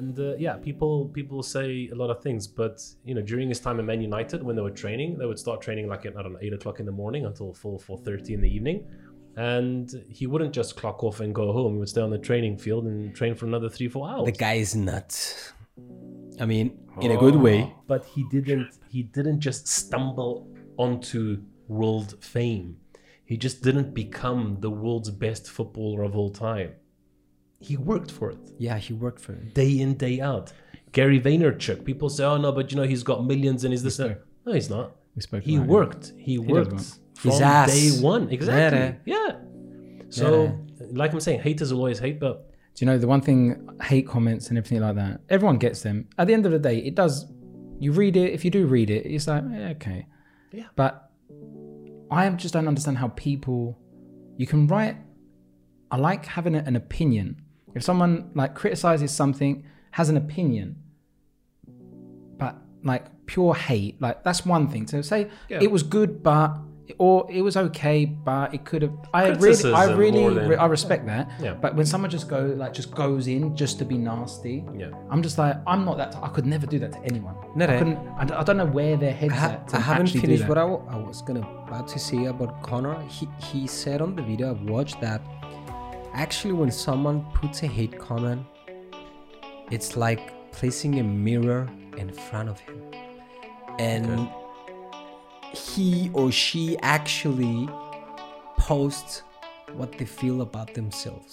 And uh, yeah, people people say a lot of things, but you know, during his time at Man United, when they were training, they would start training like at I don't know eight o'clock in the morning until four four thirty in the evening, and he wouldn't just clock off and go home. He would stay on the training field and train for another three four hours. The guy is nuts. I mean, in a good Oh. way. but he didn't he didn't just stumble onto world fame he just didn't become the world's best footballer of all time he worked for it Yeah, he worked for it. day in day out gary vaynerchuk people say oh no but you know he's got millions and he's this and that." no he's not We spoke he about it. worked he worked work. from His ass. day one exactly Yeah. yeah so like i'm saying haters will always hate but Do you know the one thing? Hate comments and everything like that. Everyone gets them. At the end of the day, it does. You read it. If you do read it, it's like eh, okay. Yeah. But I am- just don't understand how people. You can write. I like having a- an opinion. If someone like criticizes something, has an opinion, but like pure hate, like that's one thing. So say Yeah. it was good, but or it was okay, but it could have. I really, I Criticism really, more than- re- I respect that. Yeah. But when someone just go like just goes in just to be nasty, yeah I'm just like I'm not that. I could never do that to anyone. No, I no. couldn't. I, d- I don't know where their heads I, ha- at. I haven't finished what I. I wa- I was gonna about to say about Connor. He he said on the video I've watched that actually when someone puts a hate comment, it's like placing a mirror in front of him, and he or she actually posts what they feel about themselves.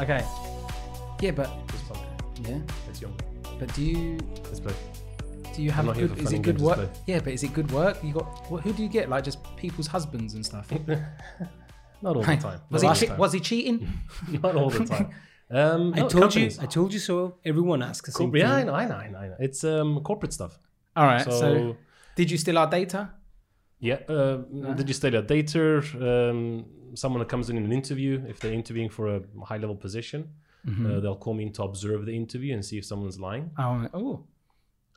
Okay. Yeah, but it's fun. yeah, It's young. but do you It's play. do you have not here good? for Is fun it and good games, work? let's Yeah, but is it good work? You got what, who do you get? Like just people's husbands and stuff. not all the time not was he all the che- time. was he cheating? not all the time um I no, told companies. you. I told you so. Everyone asks the same Corp- yeah, I thing. know, I know, I know, I know. It's um, corporate stuff. All right. So, So, did you steal our data? yeah, uh, did you study a data? Um, someone that comes in in an interview, if they're interviewing for a high level position, Mm-hmm. uh, they'll call me in to observe the interview and see if someone's lying Oh, oh.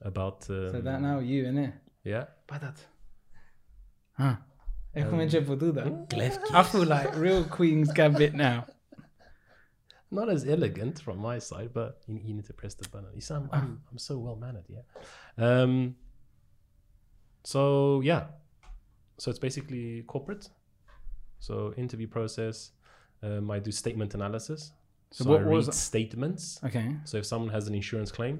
about. Um, So that now you in there. Yeah. Padat. Huh. How Um, come Jeff will do that? Left. I feel like real Queen's Gambit now. Not as elegant from my side, but you, you need to press the button. You sound, I'm, Ah. I'm so well mannered, yeah. Um, so, yeah. So it's basically corporate. So, interview process. Um, I do statement analysis. So, what I was- read statements. Okay. So if someone has an insurance claim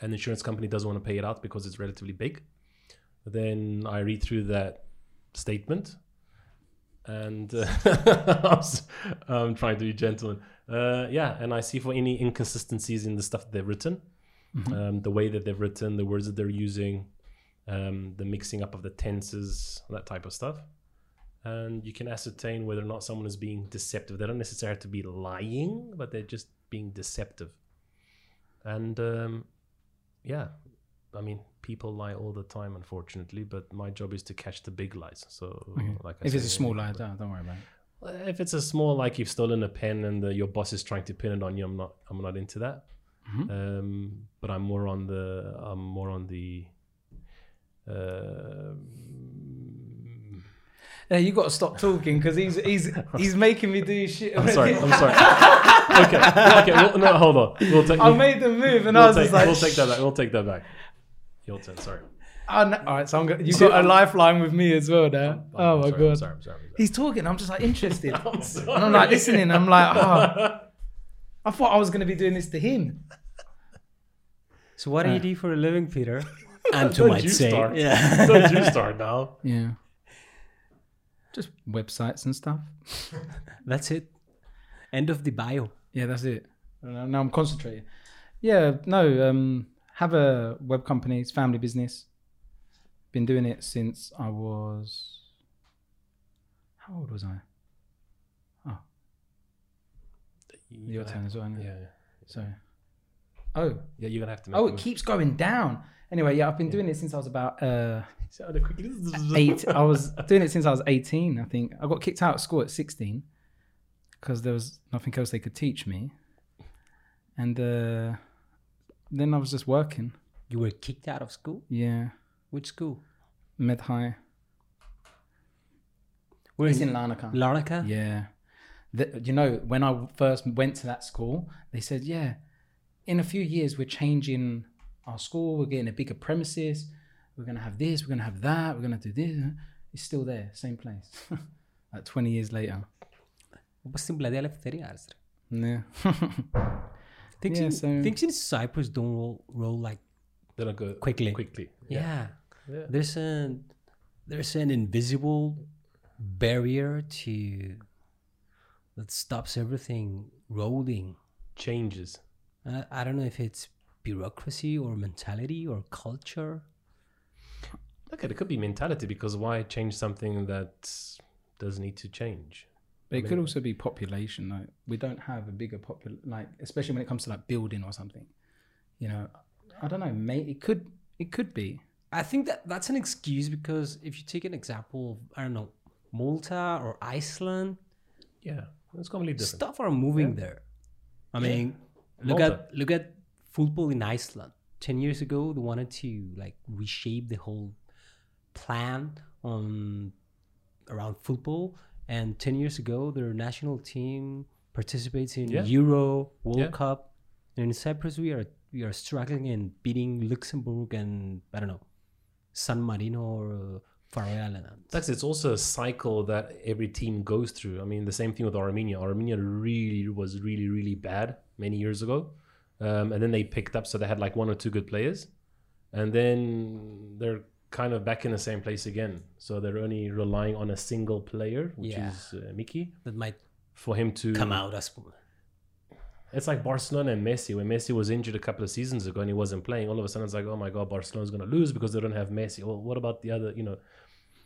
and the insurance company doesn't want to pay it out because it's relatively big, then I read through that statement and uh, I was- I'm trying to be gentleman. Uh, yeah, and I see for any inconsistencies in the stuff that they've written, Mm-hmm. um, the way that they've written, the words that they're using, um, the mixing up of the tenses, that type of stuff. And you can ascertain whether or not someone is being deceptive. They don't necessarily have to be lying, but they're just being deceptive. And um, yeah, I mean, people lie all the time, unfortunately, but my job is to catch the big lies. So, like I Mm-hmm. If it's say, a small lie, don't, don't worry about it. if it's a small like you've stolen a pen and the, your boss is trying to pin it on you i'm not i'm not into that Mm-hmm. um but i'm more on the i'm more on the uh Yeah, you got to stop talking because he's he's he's making me do shit. i'm sorry i'm sorry okay okay well, no hold on we'll take I we'll, made the move and I we'll was take, just like, we'll take that back we'll take that back your turn sorry "Oh, no." all right, so um, I'm go- you got a lifeline with me as well now. oh I'm sorry, I'm my god, sorry i'm sorry, I'm sorry. he's talking. I'm just like interested. I'm sorry. And I'm like listening. I'm like, oh, I thought I was gonna be doing this to him. So what do you do for a living, Peter? Uh. And Don't might you say, start. yeah. don't you start now Yeah. Just websites and stuff. That's it. End of the bio. Yeah, that's it. Now now I'm concentrating. Yeah, no, um, have a web company. It's family business. Been doing it since I was. How old was I? Your turn as well. isn't it? yeah So. Oh, yeah you're gonna have to make oh, a it keeps going down. Anyway, yeah, I've been doing it since I was about uh, move. eight. I was doing it since I was 18, I think. I got kicked out of school at 16 because there was nothing else they could teach me. and uh, then I was just working. You were kicked out of school? Yeah, Which school? med high. We're It's in Larnaca. Larnaca? Yeah. The, you know, when I first went to that school, they said, yeah, in a few years, we're changing our school. We're getting a bigger premises. We're going to have this. We're going to have that. We're going to do this. It's still there, same place. like 20 years later. Όπως στην πλατεία Ελευθερίας. ρε. Yeah. Things, Yeah, in, so- things in Cyprus don't roll, roll like They don't go Quickly. Quickly. yeah. Yeah. There's an there's an invisible barrier to that stops everything rolling. Changes. And I, I don't know if it's bureaucracy or mentality or culture. Okay, it could be mentality because why change something that does need to change? but it could also be population. Like, we don't have a bigger popul like, especially when it comes to like building or something. You know, I don't know, mate. It could, it could be. I think that that's an excuse because if you take an example of I don't know Malta or Iceland, Yeah, it's completely different. stuff are moving there. I mean, look Malta. at look at football in Iceland. Ten years ago, they wanted to like reshape the whole plan on around football, and ten years ago, their national team participates in Yeah. Euro World Yeah. Cup, and in Cyprus, we are we are struggling in beating Luxembourg and I don't know San Marino or uh, Faroe Islands. That's it's also a cycle that every team goes through. I mean, the same thing with Armenia. Armenia really was really really bad many years ago, um, and then they picked up. So they had like one or two good players, and then they're kind of back in the same place again. So they're only relying on a single player, which Yeah. is uh, Mickey, That might for him to come out as It's like Barcelona and Messi. When Messi was injured a couple of seasons ago and he wasn't playing, all of a sudden it's like, oh my God, Barcelona's going to lose because they don't have Messi. Well, what about the other, you know,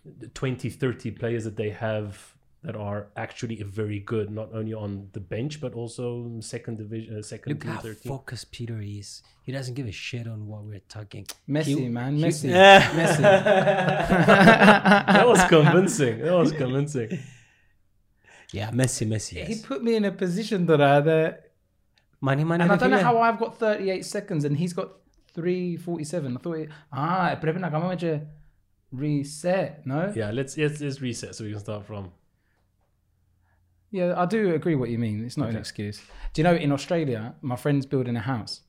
the 20, 30 players that they have that are actually very good, not only on the bench, but also second division, uh, second Look team, how 13. focused Peter is. He doesn't give a shit on what we're talking. Messi, man. Messi. Messi. that was convincing. That was convincing. yeah, Messi, Messi. He Yes. put me in a position that I that, Money, money. and I don't know how I've got 38 seconds and he's got 347. I thought, it, ah, πρέπει να κάνουμε και reset, no? Yeah, let's, let's, let's reset so we can start from. Yeah, I do agree what you mean. It's not an excuse. Do you know in Australia, my friend's building a house,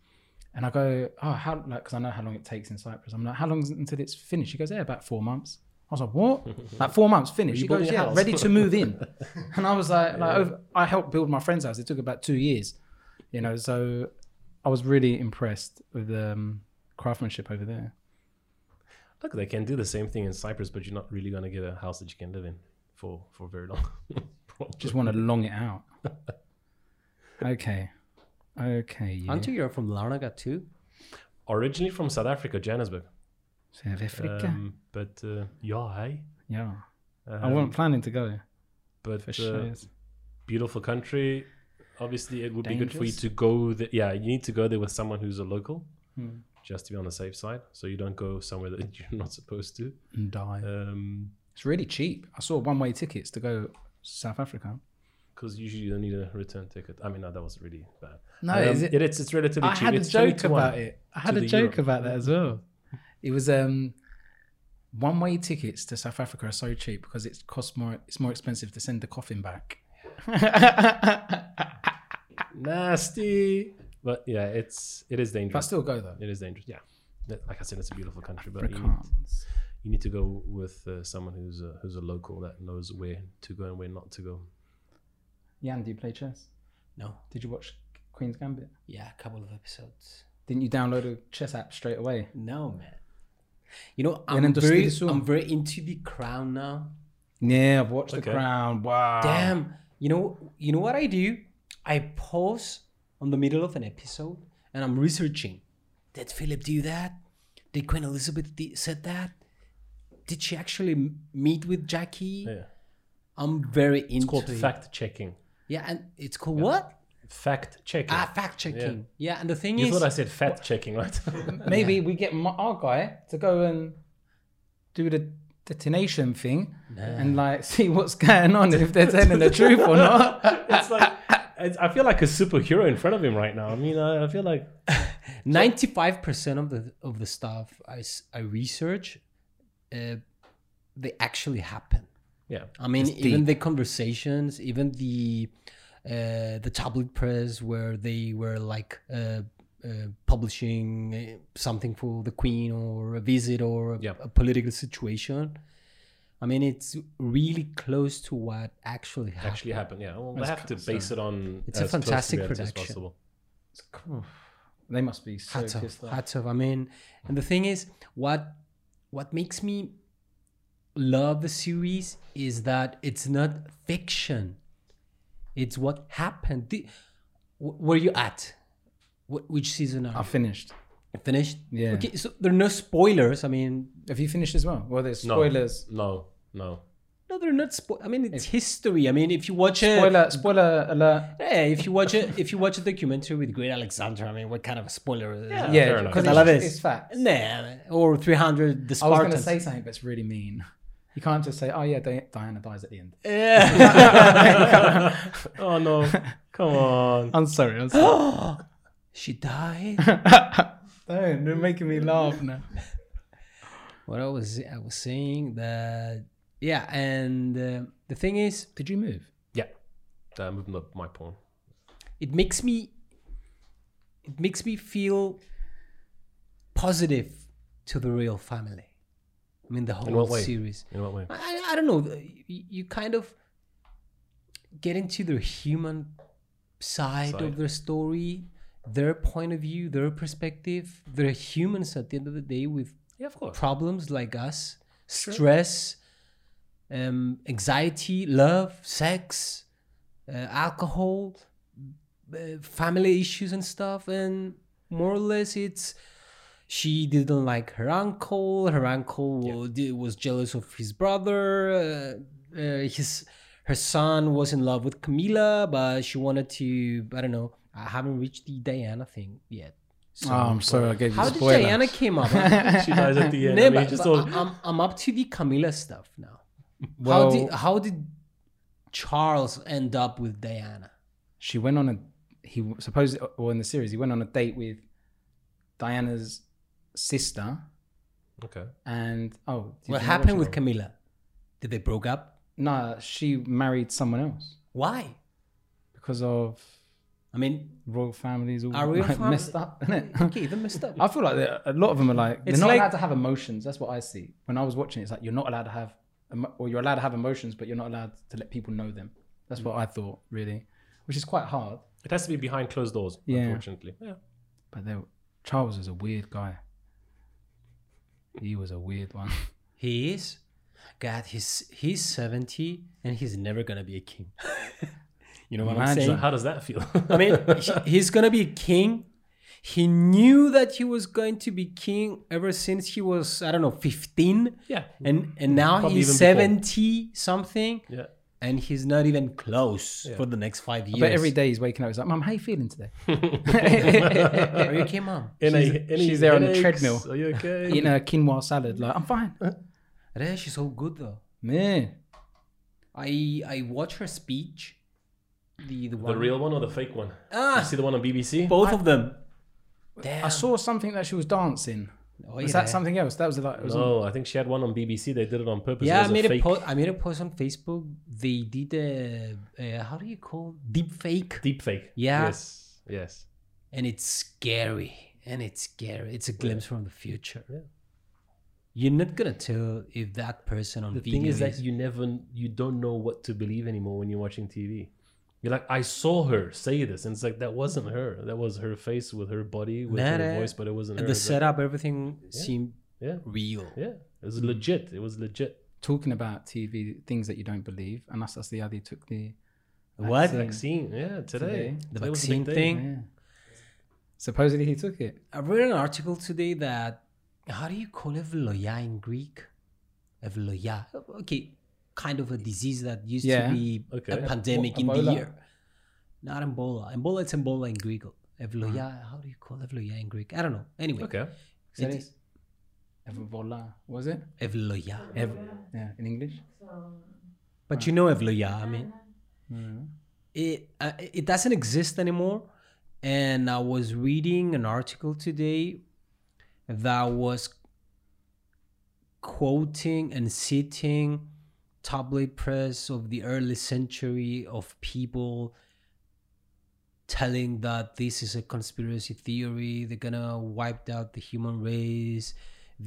and I go, oh, how like because I know how long it takes in Cyprus. I'm like, how long is it until it's finished? She goes, yeah, about four months. I was like, what? like four months finished? She building goes, a yeah, house? ready to move in. and I was like, like over, I helped build my friend's house. It took about two years, you know. So I was really impressed with um, craftsmanship over there. Look, they can do the same thing in Cyprus, but you're not really going to get a house that you can live in for, for very long. Just want to long it out. okay, okay. You. Aren't you? You're from Larnaca too. Originally from South Africa, Johannesburg. South Africa. Um, but uh, yeah, hey. yeah. I Um, wasn't planning to go but for uh, sure. beautiful country. Obviously, it would be good for you Dangerous. to go. There. Yeah, you need to go there with someone who's a local, Hmm. just to be on the safe side, so you don't go somewhere that you're not supposed to. And die. Um it's really cheap. I saw one way tickets to go South Africa. 'cause because usually you don't need a return ticket. I mean, no, that was really bad. No, Um, is it? it- it's it's relatively I cheap. had a It's joke 20 to one. about it. I had to a the joke Euro. about that as well. It was um, one way tickets to South Africa are so cheap because it costs more. It's more expensive to send the coffin back. Nasty, but yeah, it's it is But dangerous. still go though. It is dangerous. Yeah, That- like I said, it's a beautiful country, but you need, Afrikaans. you need to go with uh, someone who's a, who's a local that knows where to go and where not to go. Jan, do you play chess? No. Did you watch Queen's Gambit? Yeah, a couple of episodes. Didn't you download a chess app straight away? No, man. You know, And I'm then just very, leave it soon. I'm very into the crown now. Yeah, I've watched The Okay. Crown. Wow. Damn. You know, you know what I do? I pause on the middle of an episode and I'm researching. Did Philip do that? Did Queen Elizabeth d- said that? Did she actually m- meet with Jackie? Yeah. I'm very into It's called it. fact checking. Yeah, and it's called what? Fact checking. Ah, fact checking. Yeah. and the thing you is, thought I said fact checking, right? Maybe we get my, our guy to go and do the detonation thing and like see what's going on if they're telling the truth or not. it's like I- I feel like a superhero in front of him right now. I mean, I, I feel like Ninety-five percent of the of the stuff I, s- I research, uh, they actually happen. yeah. I mean, It's even the conversations, even the uh, the tablet press where they were like uh, uh, publishing uh, something for the queen or a visit or a, Yeah. a political situation. I mean, it's really close to what actually happened. actually happen. Yeah, well, they That's have to crazy. base it on. It's a as close to fantastic reality as production. possible. Cool. They must be so hats pissed off, off. hats off. I mean, and the thing is, what what makes me love the series is that it's not fiction. It's what happened. The, wh- where you at? Wh- which season I are finished. you finished? Yeah. Okay, so there are no spoilers. I mean, Have you finished as well? Well, there's No. spoilers. No, no. no, they're not. Spo- I mean, it's history. I mean, if you watch it. Spoiler, spoiler alert. Hey, if you watch it, if you watch a documentary with Great Alexander, I mean, what kind of a spoiler? is that? fair Yeah, enough. because I love it's, it. it's facts. Nah, or three hundred. The I was going to Spartans. say something, but it's really mean. You can't just say, "Oh yeah, Di- Diana dies at the end." Yeah. Oh no! Come on. I'm sorry. I'm sorry. she died. Don't, you're making me laugh now. what I was I was saying that yeah, and uh, the thing is, Did you move? Yeah, uh, moving up my pawn. it makes me it makes me feel positive to the royal family. I mean, the whole what way? series. In what way? I, I- I don't know. y- You kind of get into the human side, Side. of their story, their point of view, their perspective. They're humans at the end of the day with Yeah, of course. problems like us stress um, anxiety love sex uh, alcohol uh, family issues and stuff and more or less it's she didn't like her uncle her uncle wa- di- was jealous of his brother uh, uh, his her son was in love with camila but she wanted to i don't know i haven't reached the diana thing yet so oh, I'm sorry. I gave you how a did spoiler. diana came up I- she dies at the end. no, I mean, but, just but all- I- I'm, I'm up to the Camilla stuff now. Well, how did how did Charles end up with Diana? she went on a he supposed or in the series he went on a date with Diana's sister okay. and oh did what you happened watch with Camilla? Did they broke up? it? No, she married someone else Why? because of I mean, royal families all Are royal like, fam- messed up, isn't it? okay, they messed up. I feel like they're- a lot of them are like they're It's not like- allowed to have emotions. That's what I see. When I was watching, it, it's like you're not allowed to have, emo- or you're allowed to have emotions, but you're not allowed to let people know them. That's what I thought, really, which is quite hard. It has to be behind closed doors, Yeah. unfortunately. Yeah. But they, Charles is a weird guy. He was a weird one. He is. God, he's he's seventy and he's never gonna be a king. you know what I'm Imagine. saying? How does that feel? I mean, he- he's gonna be king. He knew that he was going to be king ever since he was I don't know fifteen. yeah, and and now Probably even he's before. 70 something yeah. and he's not even close for the next five years But every day he's waking up, he's like, "Mum, how you feeling today?" are you okay mom In She's- she's there on the treadmill. Are you okay? Eating a quinoa salad, like, "I'm fine." Uh. yeah she's so good though Man, i i watch her speech the the, one, the real one or the fake one? You ah see the one on BBC? both of them Damn. I saw something that she was dancing. Oh, Was yeah. that something else? That was like, it was No, I think she had one on BBC. They did it on purpose. yeah it i was made a a, fake, post i made a post on facebook they did a uh, how do you call deep fake deep fake. Yeah. Yes. Yes. and it's scary and it's scary it's a glimpse from the future you're not gonna tell if that person on The video thing is that you never, you don't know what to believe anymore when you're watching TV. You're like, I saw her say this, and it's like that wasn't her. That was her face with her body, with Nah, her nah. voice, but it wasn't and her. the It's like- setup everything seemed Yeah. real Yeah. It was legit. It was legit. talking about TV things that you don't believe, and that's that's the idea. Took the what Vaccine. Yeah. Today. Today. the Today was a vaccine big day. thing yeah. Supposedly he took it. i read an article today that how do you call evloya in greek evloya okay kind of a disease that used Yeah. to be Okay. a pandemic in the Ebola. year not ebola ebola it's ebola in greek evloya how do you call evloya in greek i don't know anyway Okay. So It- it is. Evola, was it? evloya Ev- yeah, in English. But you know Evloya, I mean. it uh, it doesn't exist anymore and i was reading an article today that was quoting and citing tabloid press of the early century of people telling that this is a conspiracy theory they're gonna wipe out the human race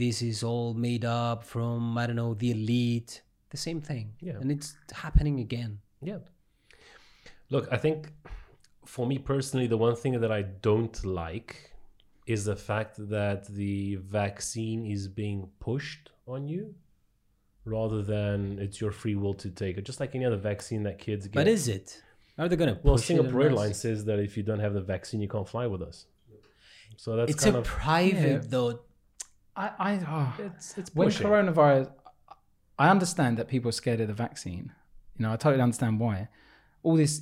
this is all made up from i don't know the elite the same thing Yeah. and it's happening again Yeah. Look, I think for me personally, the one thing that I don't like is the fact that the vaccine is being pushed on you rather than it's your free will to take it, just like any other vaccine that kids get. But is it? Are they gonna? well, push it Singapore on us? Airlines says that if you don't have the vaccine, you can't fly with us. So that's It's kind a of private though. I, I oh. it's it's when pushing. coronavirus, I understand that people are scared of the vaccine. You know, I totally understand why. All this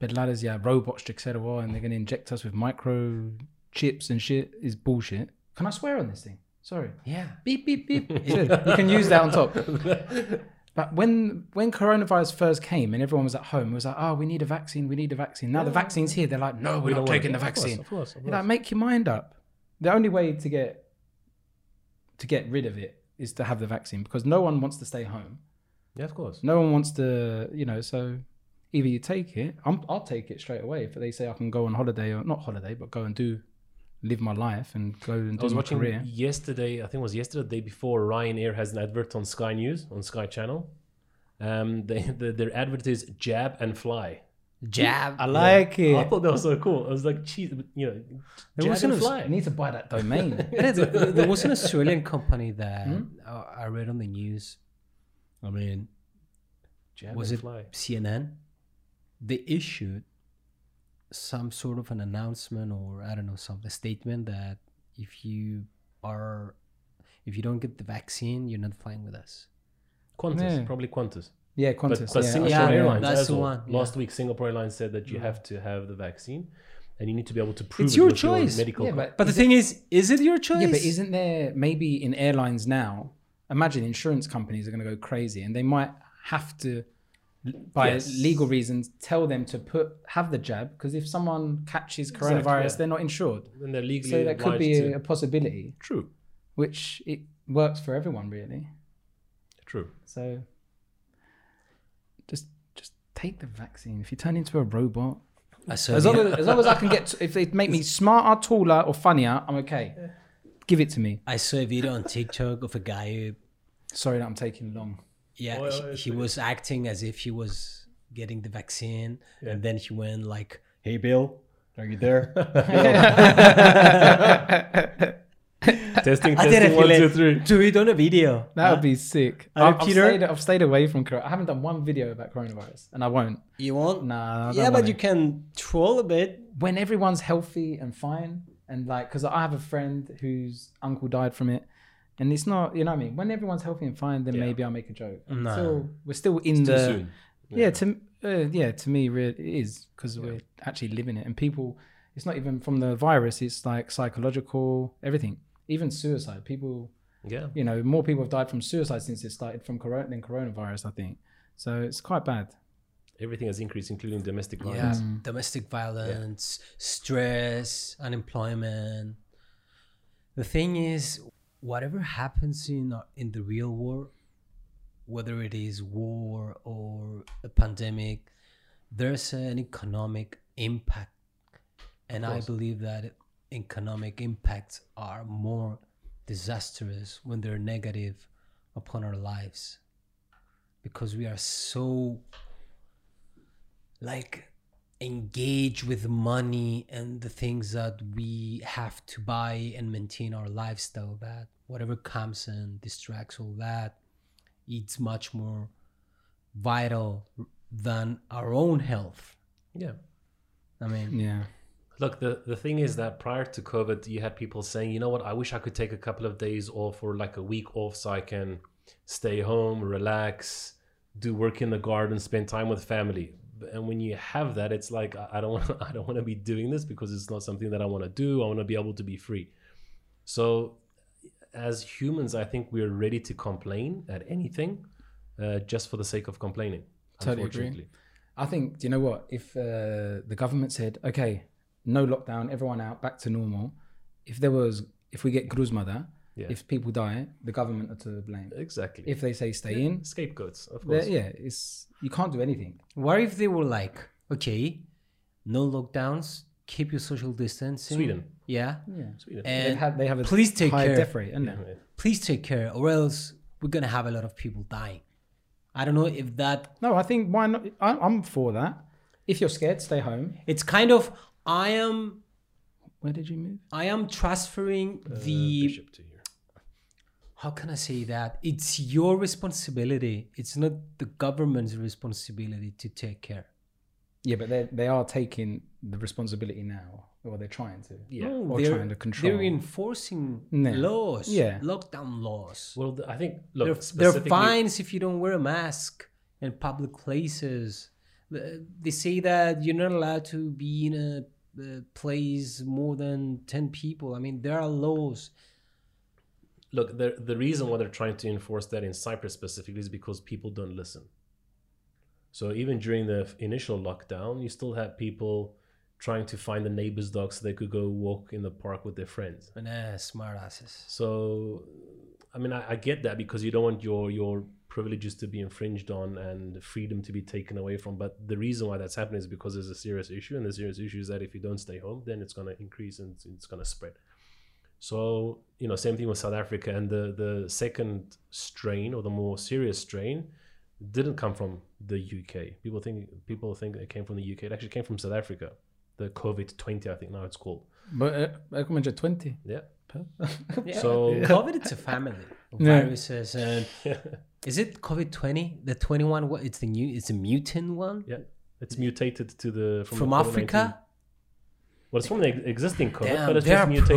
bed ladders, yeah, robots, etc., and they're going to inject us with micro chips and shit is bullshit. Can I swear on this thing? Sorry. Yeah. Beep beep beep. Good. you can use that on top. But when when coronavirus first came and everyone was at home, it was like, oh, we need a vaccine, we need a vaccine. Now the vaccine's here. They're like, no, we're not want it. taking the Of course, vaccine. Of course, of You're course. like, make your mind up. The only way to get to get rid of it is to have the vaccine because no one wants to stay home. yeah, of course. No one wants to, you know. So either you take it, I'm, I'll take it straight away if they say I can go on holiday or not holiday, but go and do live my life and go and I do was my watching career. yesterday. I think it was yesterday, the day before. Ryanair has an advert on Sky News on Sky Channel. Um, they, the, their advert is jab and fly. Jab. I like I it. thought that was so cool. I was like, geez, you know, There jab wasn't and a- fly. I need to buy that domain. But it's- there was an Australian company that uh, I read on the news. I mean, jab was and it fly. CNN? They issued some sort of an announcement or I don't know some a statement that if you are if you don't get the vaccine, you're not flying with us. Qantas, Yeah. probably Qantas. yeah, But, Qantas. but yeah, Singapore Australia. Airlines, that's as the well. one, yeah. Last week, Singapore Airlines said that you have to have the vaccine, and you need to be able to prove It's it your with choice. medical Yeah, co- but But the thing is, is it your choice? Yeah, but isn't there maybe in airlines now? Imagine insurance companies are going to go crazy, and they might have to, by Yes. legal reasons, tell them to put have the jab because if someone catches coronavirus, yeah. they're not insured. and they're legally So that could obliged be to. a possibility, True, which it works for everyone really. true. So just just take the vaccine. If you turn into a robot, Uh, so as the- long as, as long as I can get, if they make me smarter, taller, or funnier, I'm okay. Give it to me. I saw a video on TikTok of a guy who Sorry that I'm taking long. Oh, Yeah, Well, he- it's he like- was acting as if he was getting the vaccine, and then he went like, "Hey, Bill, are you there?" testing, I did testing, it, one, two, Philip. three. Do it on a video. That would be sick. Hello, I've, I've Peter? stayed, I've stayed away from corona. I haven't done one video about coronavirus, and I won't. You won't? Nah. I don't yeah, but wanna. you can troll a bit. When everyone's healthy and fine, and like, because I have a friend whose uncle died from it, and it's not, you know what I mean. When everyone's healthy and fine, then Yeah. maybe I'll make a joke. Nah. Until we're still in Too the. soon. Yeah, to uh, yeah, to me, really, it is because we're actually living it, and people. It's not even from the virus; it's like psychological, everything, even suicide. People Yeah. you know, more people have died from suicide since it started from corona than coronavirus, I think. So it's quite bad. everything has increased, including domestic Yeah, violence. domestic violence, stress, unemployment. The thing is, whatever happens in in the real world, whether it is war or a pandemic, there's an economic impact, and I course. believe that economic impacts are more disastrous when they're negative upon our lives because we are so like engage with money and the things that we have to buy and maintain our lifestyle that whatever comes and distracts all that it's much more vital than our own health Yeah. i mean Yeah. Look, the, the thing is that prior to COVID, you had people saying, you know what, I wish I could take a couple of days off or like a week off so I can stay home, relax, do work in the garden, spend time with family. And when you have that, it's like I I don't want I don't want to be doing this because it's not something that I want to do. I want to be able to be free. So, as humans, I think we are ready to complain at anything, uh, just for the sake of complaining. Totally agree. unfortunately, I think, do you know what? If uh, the government said, okay, no lockdown, everyone out, back to normal, if there was, if we get Gruzmada, Yeah. if people die, the government are to blame. Exactly. If they say stay in, Scapegoats, of they're- course. yeah, it's you can't do anything. What if they were like, okay, no lockdowns, keep your social distancing. Sweden. Yeah. Sweden. They've And had, they have a please take higher care. death rate, isn't Yeah. it? please take care, or else we're gonna have a lot of people dying. I don't know if that. No, I think why not? I, I'm for that. If you're scared, stay home. It's kind of I am Where did you move? I am transferring Uh, the bishop to here. how can I say that? It's your responsibility. It's not the government's responsibility to take care. Yeah, but they they are taking the responsibility now, or they're trying to. Yeah. No, Or they're, trying to control. they're enforcing No. laws, Yeah. lockdown laws. Well, th- I think There look, there are specifically- fines if you don't wear a mask in public places. The- They say that you're not allowed to be in a uh, place more than 10 people. I mean, there are laws. Look, the the reason why they're trying to enforce that in Cyprus specifically is because people don't listen. So even during the f- initial lockdown, you still had people trying to find the neighbor's dog so they could go walk in the park with their friends. And uh, smart asses. So, I mean, I, I get that because you don't want your your privileges to be infringed on and freedom to be taken away from. But the reason why that's happening is because there's a serious issue, and the serious issue is that if you don't stay home, then it's going to increase and it's- it's going to spread. So you know, same thing with South Africa, and the the second strain or the more serious strain didn't come from the UK. People think people think it came from the UK. It actually came from South Africa. The COVID twenty, I think now it's called. But uh, I come at twenty. Yeah. Yeah. So- COVID, it's a family. of Yeah. Viruses. And is it COVID 20? The 21, what? It's the new, it's a mutant one Yeah, it's mutated to the from, from, the Africa? COVID-19. Well, it's from the ex- existing COVID, Damn, but it's they just are mutated.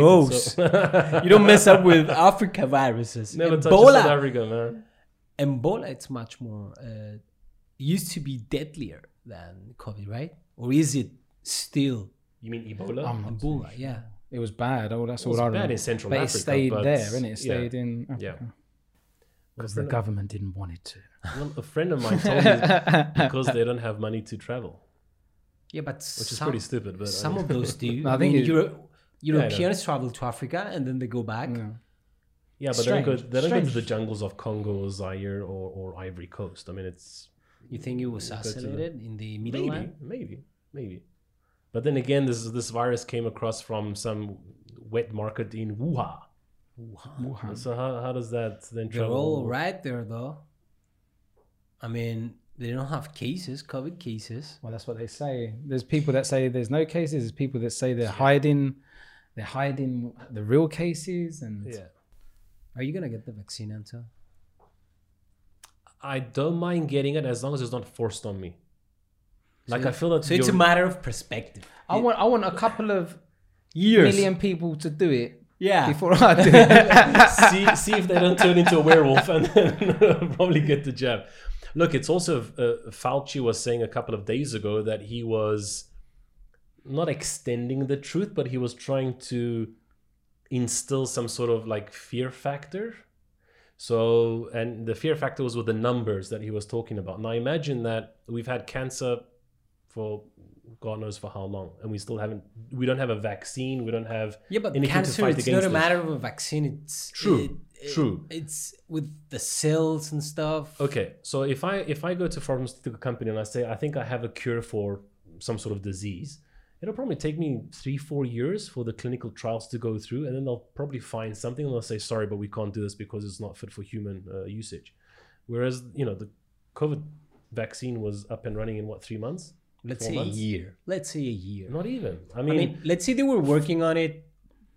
pros. So. You don't mess up with Africa viruses. never touch Ebola. South Africa, man. Ebola, it's much more uh, used to be deadlier than COVID, right? Or is it still You mean Ebola? I'm not too Ebola? Yeah. It was bad. Oh, that's it was all I bad remember. in Central but it Africa, stayed but- there, and it yeah. stayed in Yeah. Africa because Well, the government didn't want it to. Well, a friend of mine told me because they don't have money to travel, Yeah, but which is some, pretty stupid. But uh, some of those do. No, I I think think mean, it- Euro- know. Europeans travel to Africa and then they go back. Yeah. yeah, but they don't, go, Strange. they don't go to the Strange. jungles of Congo or Zaire or, or Ivory Coast. I mean, it's You think it was Go to the- isolated in the middle maybe, land? maybe, maybe. But then again, this this virus came across from some wet market in Wuhan. Wow. Wuhan. So how, how does that then They're travel? all right there, though. I mean, they don't have cases, COVID cases. Well, that's what they say. There's people that say there's no cases. There's people that say they're hiding, they're hiding the real cases, and Yeah. Are you going to get the vaccine, Anto? I don't mind getting it as long as it's not forced on me. Like I feel that So it's a you're- matter of perspective. I want I want a couple of Years. million people to do it Yeah. before I do it. see see if they don't turn into a werewolf and then probably get the jab. Look, it's also uh, Fauci was saying a couple of days ago that he was not extending the truth, but he was trying to instill some sort of like fear factor. So, and the fear factor was with the numbers that he was talking about. Now, imagine that we've had cancer for God knows for how long, and we still haven't, we don't have a vaccine, we don't have Yeah, but anything to cancer, fight it's against not a it. matter of a vaccine. It's True, it- it- true. It's with the cells and stuff. Okay, so if I if I go to a pharmaceutical company and I say I think I have a cure for some sort of disease, it'll probably take me three four years for the clinical trials to go through, and then they'll probably find something and they'll say sorry, but we can't do this because it's not fit for human uh, usage. Whereas you know the COVID vaccine was up and running in what three months? Let's Four say months? a year. Let's say a year. Not even. I I mean, mean, let's say they were working on it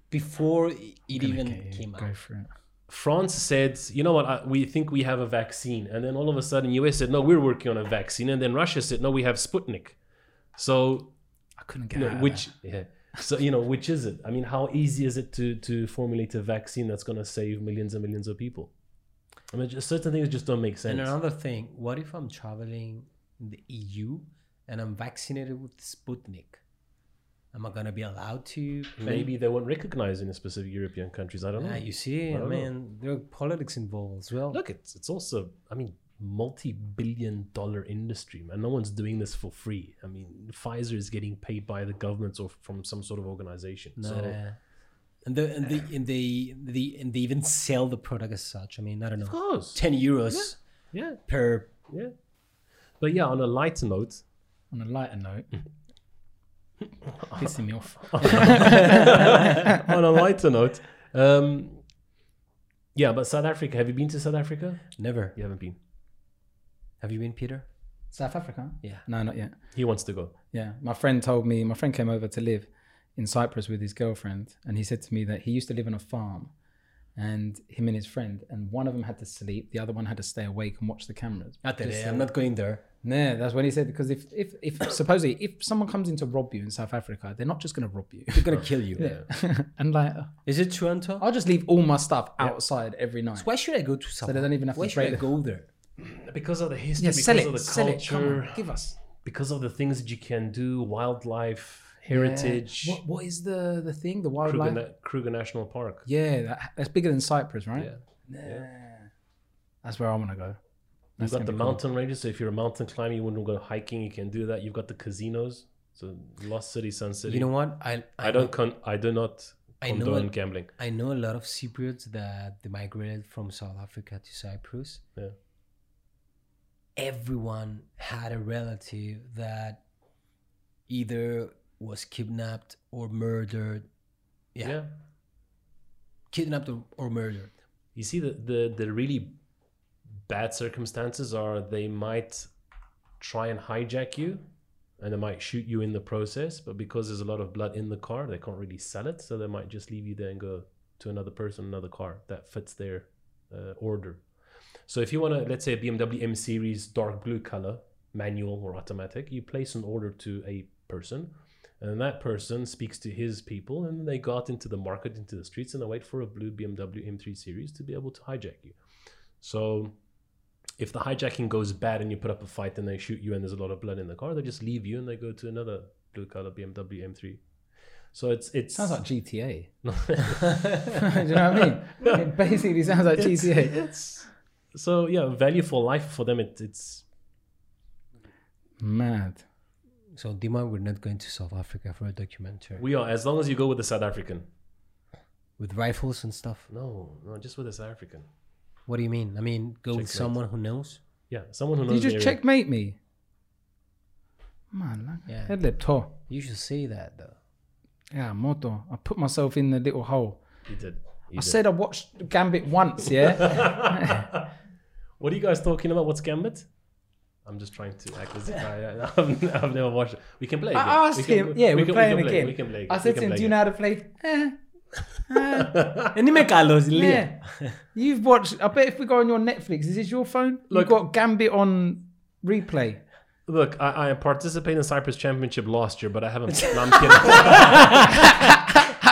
before it even came out. Go for it. France said, you know what, I, we think we have a vaccine. And then all of a sudden, US said, no, we're working on a vaccine. And then Russia said, no, we have Sputnik. So I couldn't get you know, out of which Ah, yeah. so you know which is it i mean how easy is it to to formulate a vaccine that's going to save millions and millions of people i mean just, certain things just don't make And sense another thing, what if I'm traveling in the EU and I'm vaccinated with Sputnik? Am I gonna be allowed to? maybe they won't recognize in specific european countries i don't know Yeah, you see, I I, don't know. mean, there are politics involved as well. look it's it's also i mean multi-billion dollar industry man no one's doing this for free i mean pfizer is getting paid by the government or from some sort of organization so uh, And the and the and they the and they even sell the product as such. I mean, I of don't know, course ten euros yeah per. yeah but yeah on a lighter note On a lighter note, Mm. pissing me off. on a lighter note um yeah but south africa have you been to south africa Never. you haven't been Have you been, Peter? South Africa? Yeah. No, not yet. he wants to go Yeah, my friend told me, my friend came over to live in Cyprus with his girlfriend, and he said to me that he used to live on a farm, and him and his friend, and one of them had to sleep, the other one had to stay awake and watch the cameras. Not today. Just, uh, I'm not going there. No, that's what he said because if if if supposedly if someone comes in to rob you in South Africa, they're not just gonna rob you. They're gonna kill you. and like, Is it Toronto? Oh. I'll just leave all my stuff outside every night. Why should I go to South? they don't even have to Why should I break- go there? because of the history Yeah, because sell of it, the sell it. Come culture on, give us because of the things that you can do wildlife heritage Yeah. What what is the the thing? The Kruger, wildlife? Na- Kruger National Park. Yeah, that, that's bigger than Cyprus, right? Yeah. That's where I want to go. You've That's got gonna the be cool. mountain ranges, so if you're a mountain climber, you wouldn't go hiking. You can do that. You've got the casinos, so Lost City, Sun City. You know what? I I don't con- I do not I know condone it- gambling. I know a lot of Cypriots that they migrated from South Africa to Cyprus. Yeah. Everyone had a relative that either was kidnapped or murdered. Yeah. yeah. Kidnapped or, or murdered. You see, the, the the really bad circumstances are they might try and hijack you, and they might shoot you in the process. But because there's a lot of blood in the car, they can't really sell it, so they might just leave you there and go to another person, another car that fits their uh, order. So if you want to, let's say a BMW M Series dark blue color, manual or automatic, you place an order to a person, and that person speaks to his people, and they go out into the market, into the streets, and they wait for a blue BMW M3 Series to be able to hijack you. So if the hijacking goes bad and you put up a fight and they shoot you and there's a lot of blood in the car, they just leave you and they go to another blue color BMW M3. So it's it's Sounds like GTA. Do you know what I mean? It basically sounds like GTA. it's so yeah, value for life for them. It, it's Mad. So Dima, we're not going to South Africa for a documentary we are as long as you go with the South African. with rifles and stuff. No, no, just with the South African. What do you mean? I mean, go with Checkmate. someone who knows. Yeah, someone who knows. You the just area. checkmate me. Man, like Yeah. headlip to. You should say that though. Yeah, moto. I put myself in the little hole. You did. You I did. said I watched Gambit once, yeah? What are you guys talking about? What's Gambit? I'm just trying to act as if I, I've, I've never watched it. We can play. I again. asked we can, him. we- yeah, we can- we we're playing can play, again. We can play. I we said can to him, play "Do you know again. how to play?" Eh, And me Carlos, yeah. You've watched. I bet if we go on your Netflix, is this your phone? Look- Look, you got Gambit on replay. Look, I, I participated in Cyprus Championship last year, but I haven't. No, I'm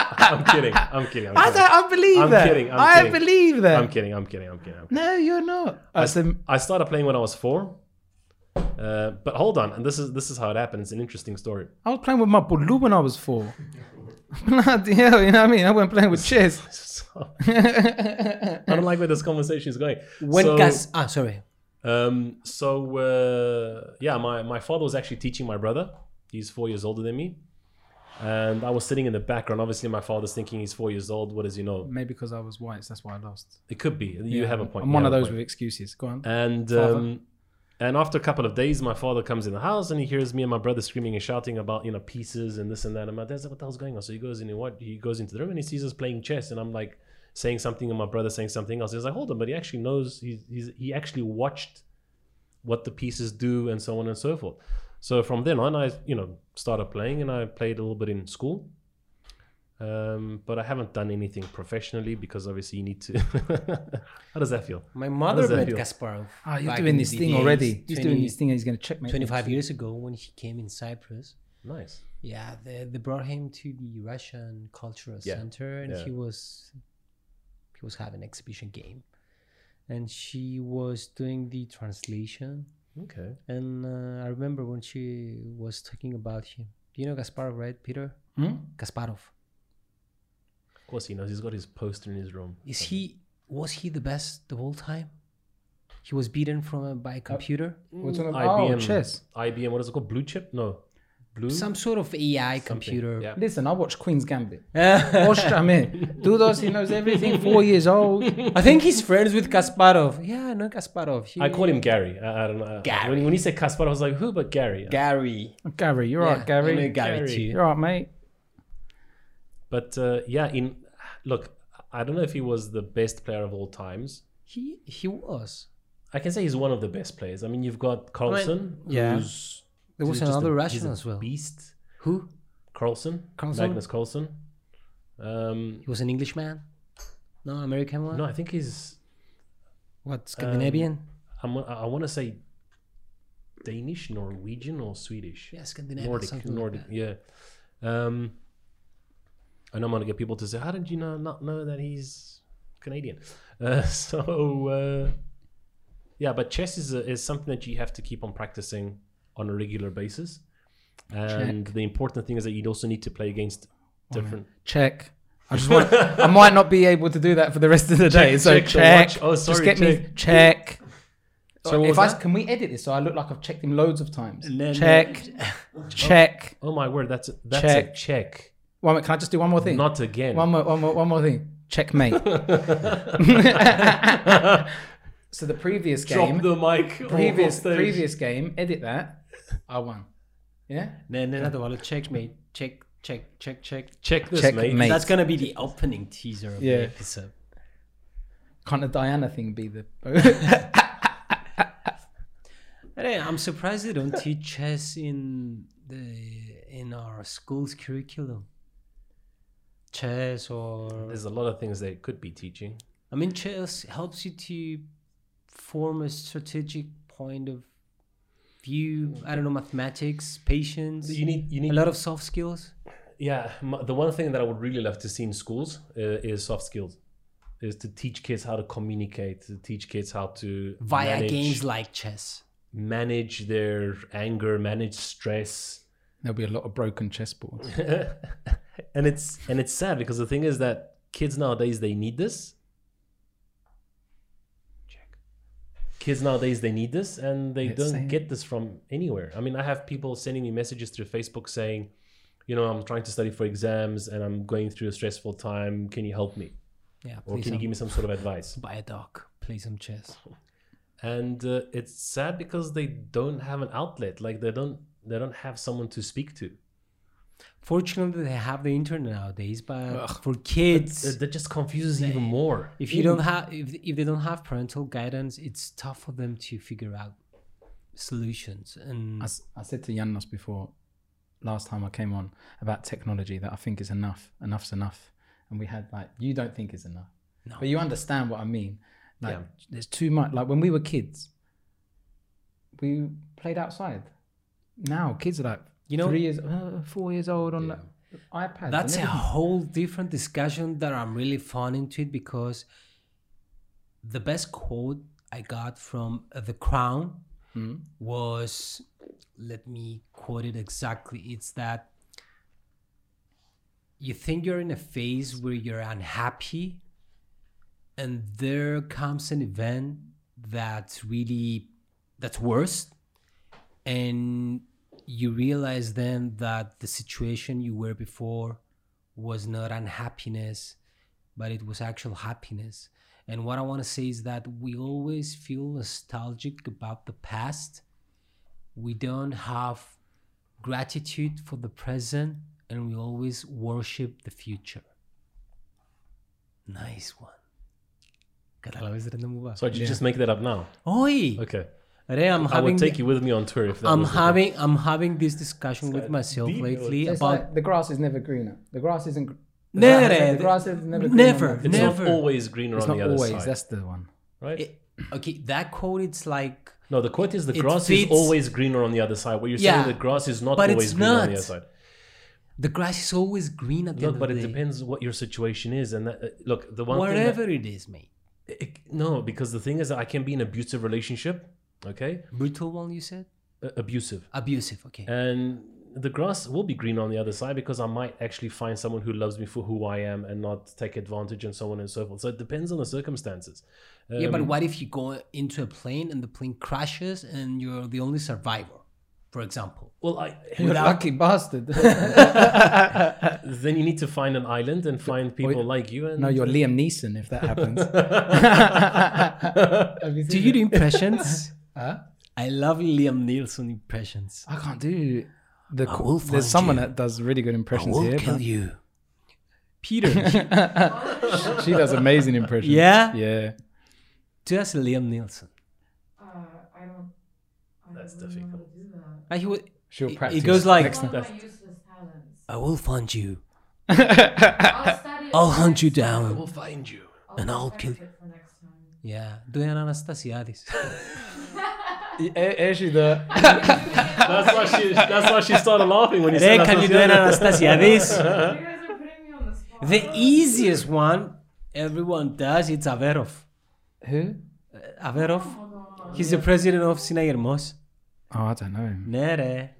kidding. I'm kidding. I'm kidding. I'm kidding. I don't. I believe I'm that. kidding, I'm I kidding. believe that. I'm kidding. I'm kidding. I'm kidding. I'm kidding. No, you're not. I, That's the- I started playing when I was four. Uh, but hold on, and this is this is how it happened. It's an interesting story. I was playing with my Bulu when I was four. Bloody hell, you know what I mean? I wasn't playing with chess. So- I don't like where this conversation is going. When So- Cas- ah sorry. Um, so uh, yeah, my, my father was actually teaching my brother. He's four years older than me, and I was sitting in the background. Obviously, my father's thinking he's four years old. What does he know? Maybe because I was white, so that's why I lost. It could be. You have a point. I'm you one of have a those point. with excuses. Go on. And Father. um, and after a couple of days, my father comes in the house and he hears me and my brother screaming and shouting about you know pieces and this and that. And my dad's like, "What the hell's going on?" So he goes in. What he goes into the room and he sees us playing chess. And I'm like saying something, and my brother saying something else. He's like, "Hold on," but he actually knows. He's, he's he actually watched what the pieces do and so on and so forth. So from then on, I you know started playing and I played a little bit in school. Um, but I haven't done anything professionally because obviously you need to. How does that feel? My How mother does that met feel? Kasparov. Ah, you're back doing in this the thing days, already. He's 20 doing this thing and he's going to check me. 25 years ago when he came in Cyprus. Nice. Yeah, they, they brought him to the Russian Cultural Yeah, Center and yeah. he was he was having an exhibition game. And she was doing the translation. Okay. And uh, I remember when she was talking about him. Do you know Kasparov, right, Peter? Hmm? Kasparov. Of course he knows. He's got his poster in his room. Is he was he the best the whole time? He was beaten from a, Uh, by a computer. hmm? We're talking about IBM. oh, chess. IBM, what is it called? Blue chip? No. Blue? Some sort of AI something. computer. Yeah. Listen, I watch Queen's Gambit. Watch I mean, Dudos, he knows everything. Four years old. I think he's friends with Kasparov. Yeah, I know Kasparov. He- I call him Gary. I, I don't know. Gary. When, when you say Kaspar, I was like, who but Gary? Gary. Gary, you're Yeah, right, Gary. I know Gary, Gary. too. You're right, mate. But uh, yeah, in look, I don't know if he was the best player of all times. He he was. I can say he's one of the best players. I mean, you've got Carlson, yeah. who's There was he's just another a- Russian he's a as well. Beast Who? Carlson, Carlson? Magnus Carlson. Um, He was an Englishman. No, American one. no, I think he's. What Scandinavian? I'm, I want to say Danish, Norwegian, or Swedish. yeah, Scandinavian. Nordic, something Nordic, Like yeah. Um, I know I'm gonna get people to say, "How did you know, not know that he's Canadian?" Uh, so uh, yeah, but chess is a, is something that you have to keep on practicing on a regular basis, and the important thing is that you also need to play against different. Check. I just want. I might not be able to do that for the rest of the day. so check. check the watch. Oh, just sorry, get me check. check. So what if was I that? can we edit this so I look like I've checked him loads of times. no, check, check. oh my word, that's a, that's a Check. check. One minute, can I just do one more thing? Not again. one more, one more, one more thing. Checkmate. so the previous Drop game, the mic. off previous stage. previous game, edit that. I won. Yeah. No, no, not the wallet. Checkmate. Check, check, check, check. Check this, Checkmate. mate. That's gonna be the opening teaser of Yeah. the episode. Can't the Diana thing be the? But hey, I'm surprised they don't teach chess in the in our school's curriculum. Chess or There's a lot of things they could be teaching. I mean, chess helps you to form a strategic point of view. I don't know, mathematics, patience, You need you need a lot of soft skills. Yeah, m- the one thing that I would really love to see in schools uh, is soft skills, is to teach kids how to communicate, to teach kids how to Via manage, games like chess. manage their anger, manage stress, There'll be a lot of broken chessboards. and it's and it's sad because the thing is that kids nowadays they need this. Kids nowadays they need this and they It's don't saying- get this from anywhere. I mean, I have people sending me messages through Facebook saying, you know, I'm trying to study for exams and I'm going through a stressful time. Can you help me? Yeah, Or play can you some, give me some sort of advice? buy a dog, play some chess. And uh, it's sad because they don't have an outlet. Like they don't they don't have someone to speak to. Fortunately, they have the internet nowadays, but for kids, That, that just confuses even more. if you don't have if, if they don't have parental guidance it's tough for them to figure out solutions and I, s- I said to Yannos before, last time I came on, about technology that I think is enough. Enough's enough. And we had like, you don't think is enough. No. But you understand what I mean. Like, Yeah. there's too much. Like, when we were kids, we played outside. Now, kids are like, you know, three years, uh, four years old on the iPad. that's a whole different discussion that i'm really fun into it because the best quote i got from uh, the crown was let me quote it exactly it's that you think you're in a phase where you're unhappy and there comes an event that's really that's worse and you realize then that the situation you were before was not unhappiness but it was actual happiness and what i want to say is that we always feel nostalgic about the past we don't have gratitude for the present and we always worship the future nice one Καταλαβες ρε, δεν μου βάζεις. So I should just make that up now. Όχι. Okay. Ρε, I'm I having would take you with me on tour if that I'm was the- having I'm having this discussion with myself deep, lately It's about like, the grass is never greener. The grass isn't. gr- The No, grass, no, the grass is never greener. never, It's never. not always greener It's on not the other always. side, That's the one. right? It- okay, that quote it's like no, the quote is the it grass is fits- always greener on the other side. What you're Yeah, saying, the grass is not but it's always greener on the not. other side. the grass is always green at the No, end but of it the day. depends what your situation is. And that, uh, look, the one thing that- Whatever it is, mate. It- no, because the thing is, that I can be in abusive relationship, okay, Brutal one you said? Uh, abusive, Abusive, okay. and the grass will be green on the other side because I might actually find someone who loves me for who I am and not take advantage and so on and so forth. So it depends on the circumstances. yeah, but Um, what if you go into a plane and the plane crashes and you're the only survivor, for example? well, I, You lucky bastard. then you need to find an island and find Oh, people like you. And no, you're Liam Neeson if that happens. Do you do impressions? I love Liam Nielsen impressions. I can't do the. I co- will find There's someone you. that does really good I impressions will here. kill but you. Peter, She does amazing impressions. Yeah? Yeah. do us a Liam Nielsen. Uh, I don't. I That's don't know how to do that. And he would, She'll it, practice. goes like, It's one of my That's- useless talents. I will find you. I'll study. I'll it for hunt you next time. down. find you. I'll and I'll perfect kill it for next time. Yeah, do an Anastasiadis. Eh, Is she the? That's why she. That's why she started laughing when you Then said. can you do an Anastasiadis? You guys are putting me on the spot. the easiest one everyone does, it's Averov. Who? Averov, he's the president of Sinagirmos. Oh, I don't know. Ναι ρε.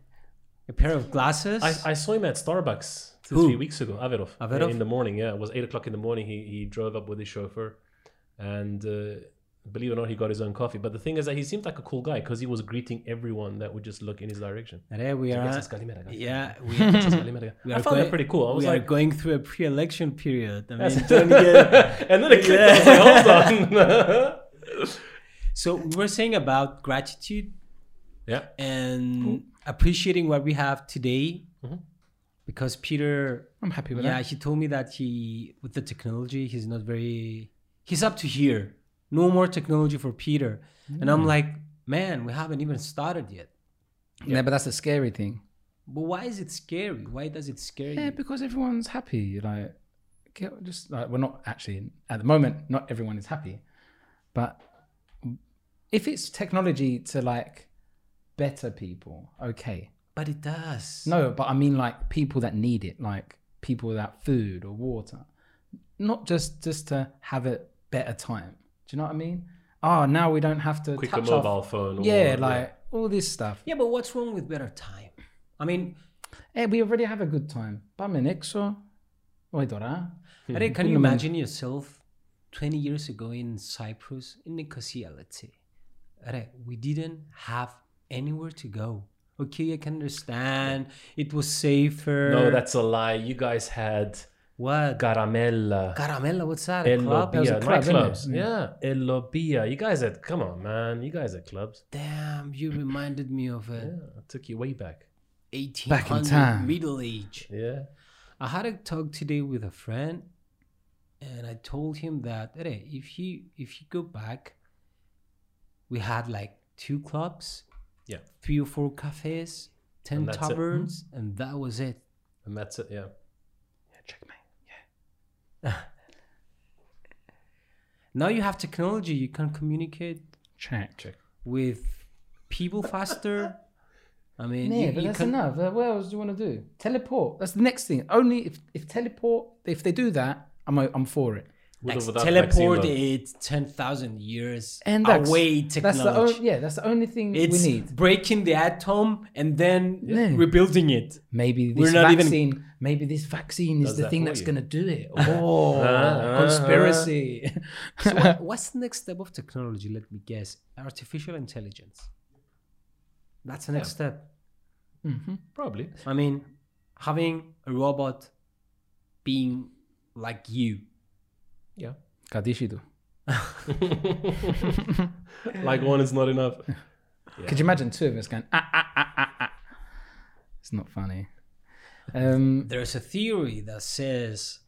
A pair of glasses. I, I saw him at Starbucks two, Who? three weeks ago. Averov. Averov? In the morning, yeah, it was eight o'clock in the morning. He he drove up with his chauffeur, and uh, believe it or not, he got his own coffee. But the thing is that he seemed like a cool guy because he was greeting everyone that would just look in his direction. Ρε, we are... Yes, Kalimera, guys. Yeah, we, Uh, we I are found going- that pretty cool. I was we are like, going through a pre-election period. I mean, don't get... and then it clicked. I was like, hold on. So we were saying about gratitude yeah. and appreciating what we have today. Mm-hmm. Because Peter, I'm happy with yeah, he told me that he, with the technology, he's not very... He's up to here. No more technology for Peter. And I'm like, man, we haven't even started yet. that. Yeah. but that's the scary thing. But why is it scary? Why does it scare Yeah, you? because everyone's happy. Like, get- just like we're not actually at the moment. Not everyone is happy, but if it's technology to like better people, okay. But it does. No, but I mean like people that need it, like people without food or water, not just just to have a better time. Do you know what I mean? Oh, now we don't have to Quicker touch our- mobile phone. Or, yeah, like all this stuff. Yeah, but what's wrong with better time? I mean, Hey, we already have a good time. Πάμε έξω. Oi, Dora. Eric, can Good you moment. imagine yourself 20 years ago in Cyprus, in Nicosia, let's say? Eric, we didn't have anywhere to go. Okay, I can understand. It was safer. No, that's a lie. You guys had what? Caramella. Caramella, what's that? A El club? Mm. was a Lobia, club, innit? nightclubs. Yeah, El Lobia. You guys at, come on, man. You guys at clubs. Damn, you reminded me of Yeah, a I took you way back. 1800 Back in time. middle age. Yeah. I had a talk today with a friend, and I told him that "Ere, if you if you go back, we had like two clubs, Yeah. three or four cafes, ten And that's it. taverns, and that was it. And that's it. Yeah. Now you have technology; you can communicate Check. Check. with people faster. I mean, Yeah, you- but you that's can- enough. Uh, What else do you want to do? Teleport. That's the next thing. Only if, if teleport, if they do that, I'm, I'm for it. With or like, without teleport vaccine, it ten thousand years And that's- away That's the technology. only, yeah, that's the only thing it's we need. breaking the atom and then Yeah. rebuilding it. Maybe this We're not even- vaccine, maybe this vaccine is Does the that thing for that's you. going to do it. Oh, uh, conspiracy. Uh-huh. So what, what's the next step of technology? Let me guess. Artificial intelligence. That's the next step. Mm-hmm. though. Probably. I mean, having a robot being like you. Yeah. Kadishido. Like one is not enough. Could you imagine two of us going, ah, ah, ah, ah, ah? It's not funny. Um, There's a theory that says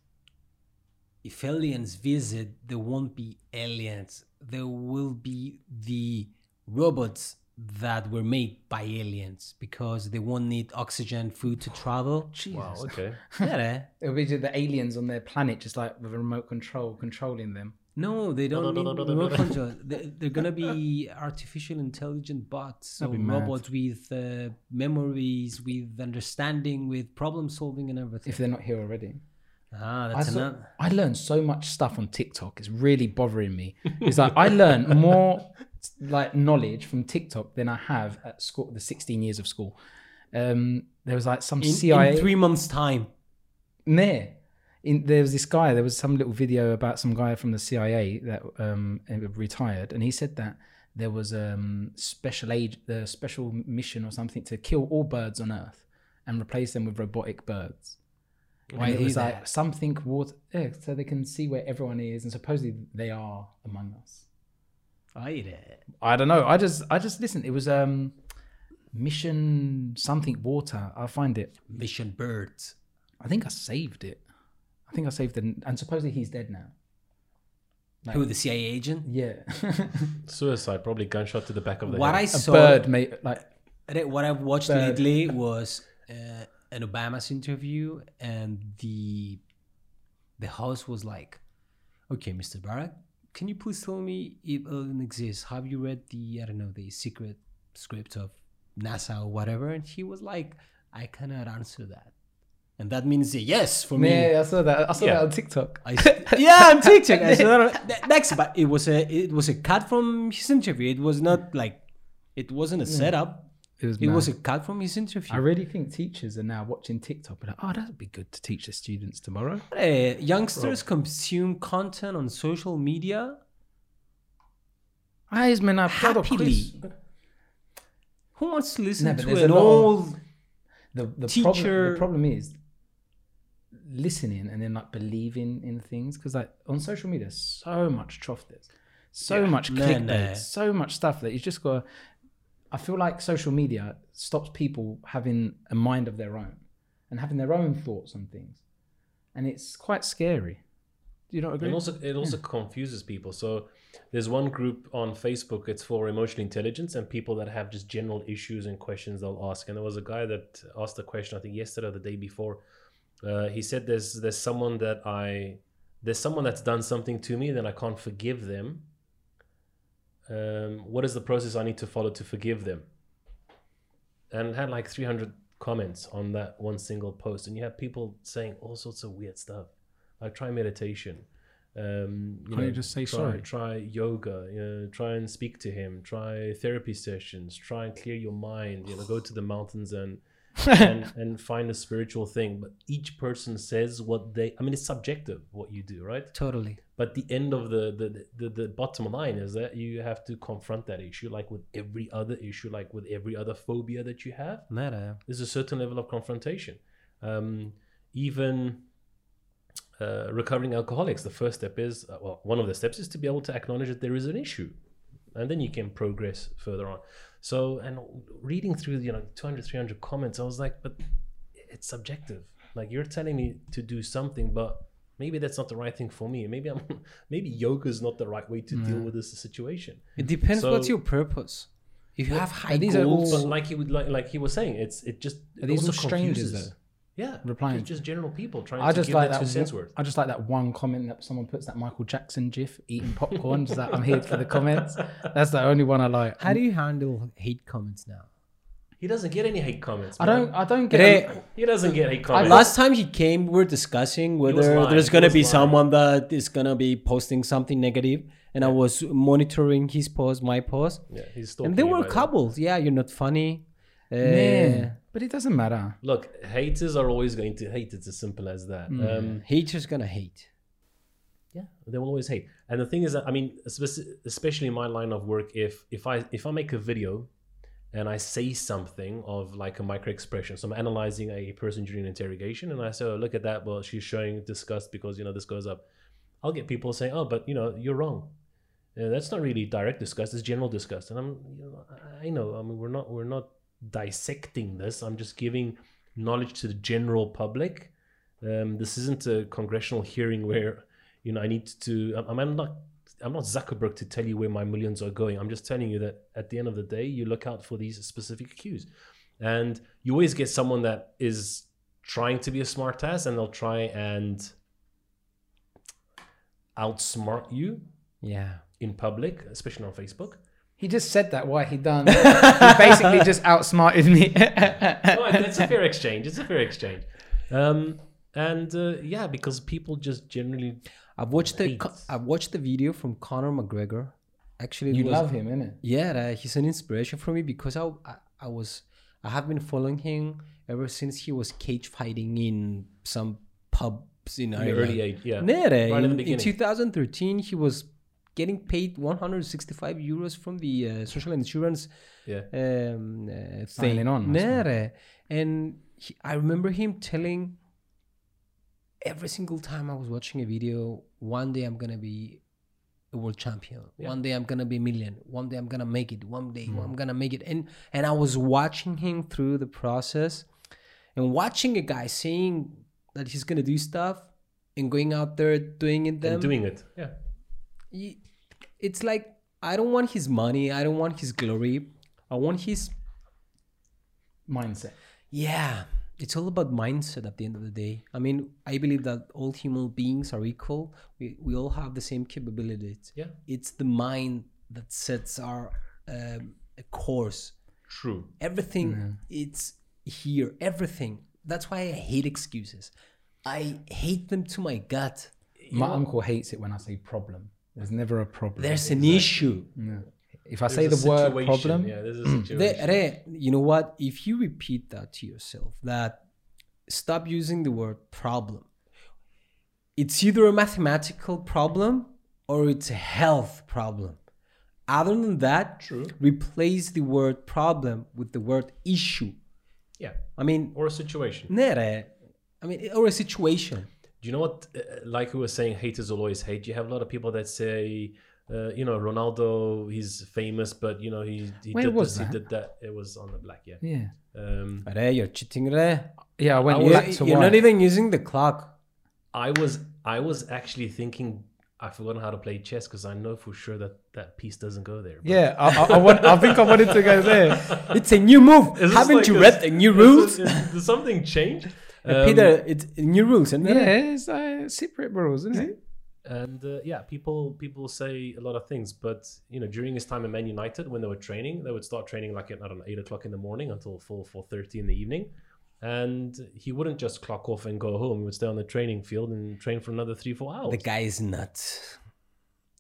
if aliens visit, there won't be aliens. There will be the robots that were made by aliens because they won't need oxygen, food to travel. Wow. Okay. Yeah, eh? It'll be just the aliens on their planet, just like with a remote control, controlling them. No, they no, don't no, need no, no, no, remote no. control. They- They're gonna be artificial intelligent bots, so That'd be mad. robots with uh, memories, with understanding, with problem solving, and everything. If they're not here already. ah, I, that's saw- enough. I learned so much stuff on TikTok. It's really bothering me. It's like I learned more like knowledge from TikTok than I have at school, the 16 years of school. Um, there was like some In, CIA in three months' time. Near. In, there was this guy. There was some little video about some guy from the CIA that um, retired, and he said that there was um, special age, the special mission or something to kill all birds on Earth and replace them with robotic birds. Why and it do was that? like something water, yeah, so they can see where everyone is, and supposedly they are among us. I eat it. I don't know. I just, I just listen. It was um, mission something water. I'll find it. Mission birds. I think I saved it. I think I saved it, and supposedly he's dead now. Like- Who the CIA agent? Yeah, Suicide, probably gunshot to the back of the What I head. a saw, bird mate. Like re- what I've watched Bird. lately was uh, an Obama's interview, and the the host was like, "Okay, Mr. Barack, can you please tell me if alien exists? Have you read the I don't know the secret script of NASA or whatever?" And he was like, "I cannot answer that," and that means a yes for me. yeah, I saw that. I saw Yeah. that on TikTok. I, yeah, I'm TikTok. I saw that on- that- That's but it was a it was a cut from his interview. It was not like it wasn't a setup. It was. It mad. was a cut from his I interview. really think teachers are now watching TikTok. and Like, oh, that'd be good to teach the students tomorrow. Uh, youngsters consume content on social media I is man, I've got a quiz. happily. Who wants to listen No, but to there's an a lot of- old? The the problem, Teacher- the problem is listening and then like believing in things because like on social media, so much trough there's so much No, clickbait, no. so much stuff that you just gotta. I feel like social media stops people having a mind of their own and having their own thoughts on things, and it's quite scary. Do you not agree? And also, it also confuses people. So there's one group on Facebook. It's for emotional intelligence and people that have just general issues and questions they'll ask. And there was a guy that asked a question. I think yesterday or the day before. Uh, he said, "There's there's someone that I there's someone that's done something to me that I can't forgive them. Um, what is the process I need to follow to forgive them?" And it had like 300 comments on that one single post. And you have people saying all sorts of weird stuff, like try meditation. Um, you Can't know, you just say try, sorry? Try yoga. You know, try and speak to him. Try therapy sessions. Try and clear your mind. You know, go to the mountains and and, and find a spiritual thing. But each person says what they. I mean, it's subjective what you do, right? Totally. But the end of the the, the the bottom line is that you have to confront that issue, like with every other issue, like with every other phobia that you have. Nada. There's a certain level of confrontation. Um, even uh, recovering alcoholics, the first step is uh, well, one of the steps is to be able to acknowledge that there is an issue, and then you can progress further on. So, and reading through you know 200, 300 comments, I was like, but it's subjective. Like you're telling me to do something, but maybe that's not the right thing for me. Maybe I'm maybe yoga is not the right way to deal with this situation. It depends. So- what's your purpose? If you have high But these are all- goals, But like he would like, like he was saying, it's it just it Are these also all strangers, confuses. though? Yeah, Replying. it's just general people trying I to just give like their that. two cents one- worth. I just like that one comment that someone puts that Michael Jackson gif eating popcorn. just like I'm here for the comments. That's the only one I like. how do you handle hate comments now? He doesn't get any hate comments. I man. don't. I don't Re- get. He doesn't get hate comments. Last time he came, we were discussing whether lying. there's He gonna was be lying. someone that is gonna be posting something negative, and I was monitoring his post, my post, yeah, he's still. and there were couples. Yeah, you're not funny. Uh, Man, but it doesn't matter. Look, haters are always going to hate. It's as simple as that. Hmm. Um, Uh, haters gonna hate. yeah, they will always hate. And the thing is, that, I mean, spec- especially in my line of work, if if I if I make a video and I say something of like a micro expression. So I'm analyzing a person during interrogation and I say, oh, look at that. Well, she's showing disgust because, you know, this goes up. I'll get people saying, oh, but, you know, you're wrong. Uh, that's not really direct disgust. It's general disgust. And I'm, you know, I- I know, I mean, we're not, we're not dissecting this. I'm just giving knowledge to the general public. Um, this isn't a congressional hearing where, you know, I need to, I'm, I'm not, I'm not Zuckerberg to tell you where my millions are going. I'm just telling you that at the end of the day, you look out for these specific cues. And you always get someone that is trying to be a smart ass and they'll try and outsmart you Yeah. in public, especially on Facebook. He just said that. Why he done? he basically just outsmarted me. no, it's a fair exchange. It's a fair exchange. Um, and uh, yeah, because people just generally I've watched the Hate. I've watched the video from Conor McGregor. Actually, it you was- love him, innit? Yeah, uh, he's an inspiration for me because I, I I was I have been following him ever since he was cage fighting in some pubs in In the Ireland. early age, yeah. Right at Nere, the in, in beginning. 2013, he was getting paid 165 euros from the uh, social insurance Yeah. um, uh, Signing thing. on, that's right. Nere. And he, I remember him telling every single time I was watching a video, one day I'm going to be a world champion. One day I'm going to be a million. One day I'm going to make it. One day Mm. I'm going to make it. And, and I was watching him through the process and watching a guy saying that he's going to do stuff and going out there doing it then And doing it. Yeah. y- it's like I don't want his money, I don't want his glory. I want his mindset. yeah. It's all about mindset at the end of the day. I mean, I believe that all human beings are equal. We we all have the same capabilities. Yeah. It's the mind that sets our um, course. True. Everything it's here. Everything. That's why I hate excuses. I hate them to my gut. My uncle hates it when I say problem. There's never a problem. There's an issue. if I say There's the a word situation, problem, Mm. Yeah, there's a situation. Re- re- you know what? If you repeat that to yourself, that stop using the word problem. It's either a mathematical problem or it's a health problem. Other than that, True. replace the word problem with the word issue. yeah. I mean, Or a situation. ναι ρε. I mean, or a situation. Do you know what? Uh, like we were saying, haters will always hate. You have a lot of people that say, uh, you know, Ronaldo, he's famous, but you know, he, he Where did was this, that? he did that. It was on the black, yeah. yeah, Um, Ρε, you're cheating ρε. yeah. I went You're, back to e- you're white. not even using the clock. I was, I was actually thinking, I've forgotten how to play chess because I know for sure that that piece doesn't go there. but- yeah, I, I, I, want, I think I wanted to go there. It's a new move. Is this Haven't like you a- read the new is rules? Uh, this- is- Did something change? Um, Peter, it's new rules, isn't it? Yeah, it's uh, Cypriot rules, isn't it? and uh, yeah, people people say a lot of things, but you know, during his time at Man United, when they were training, they would start training like at I don't know eight o'clock in the morning until four four thirty in the evening, and he wouldn't just clock off and go home. He would stay on the training field and train for another three four hours. The guy is nuts.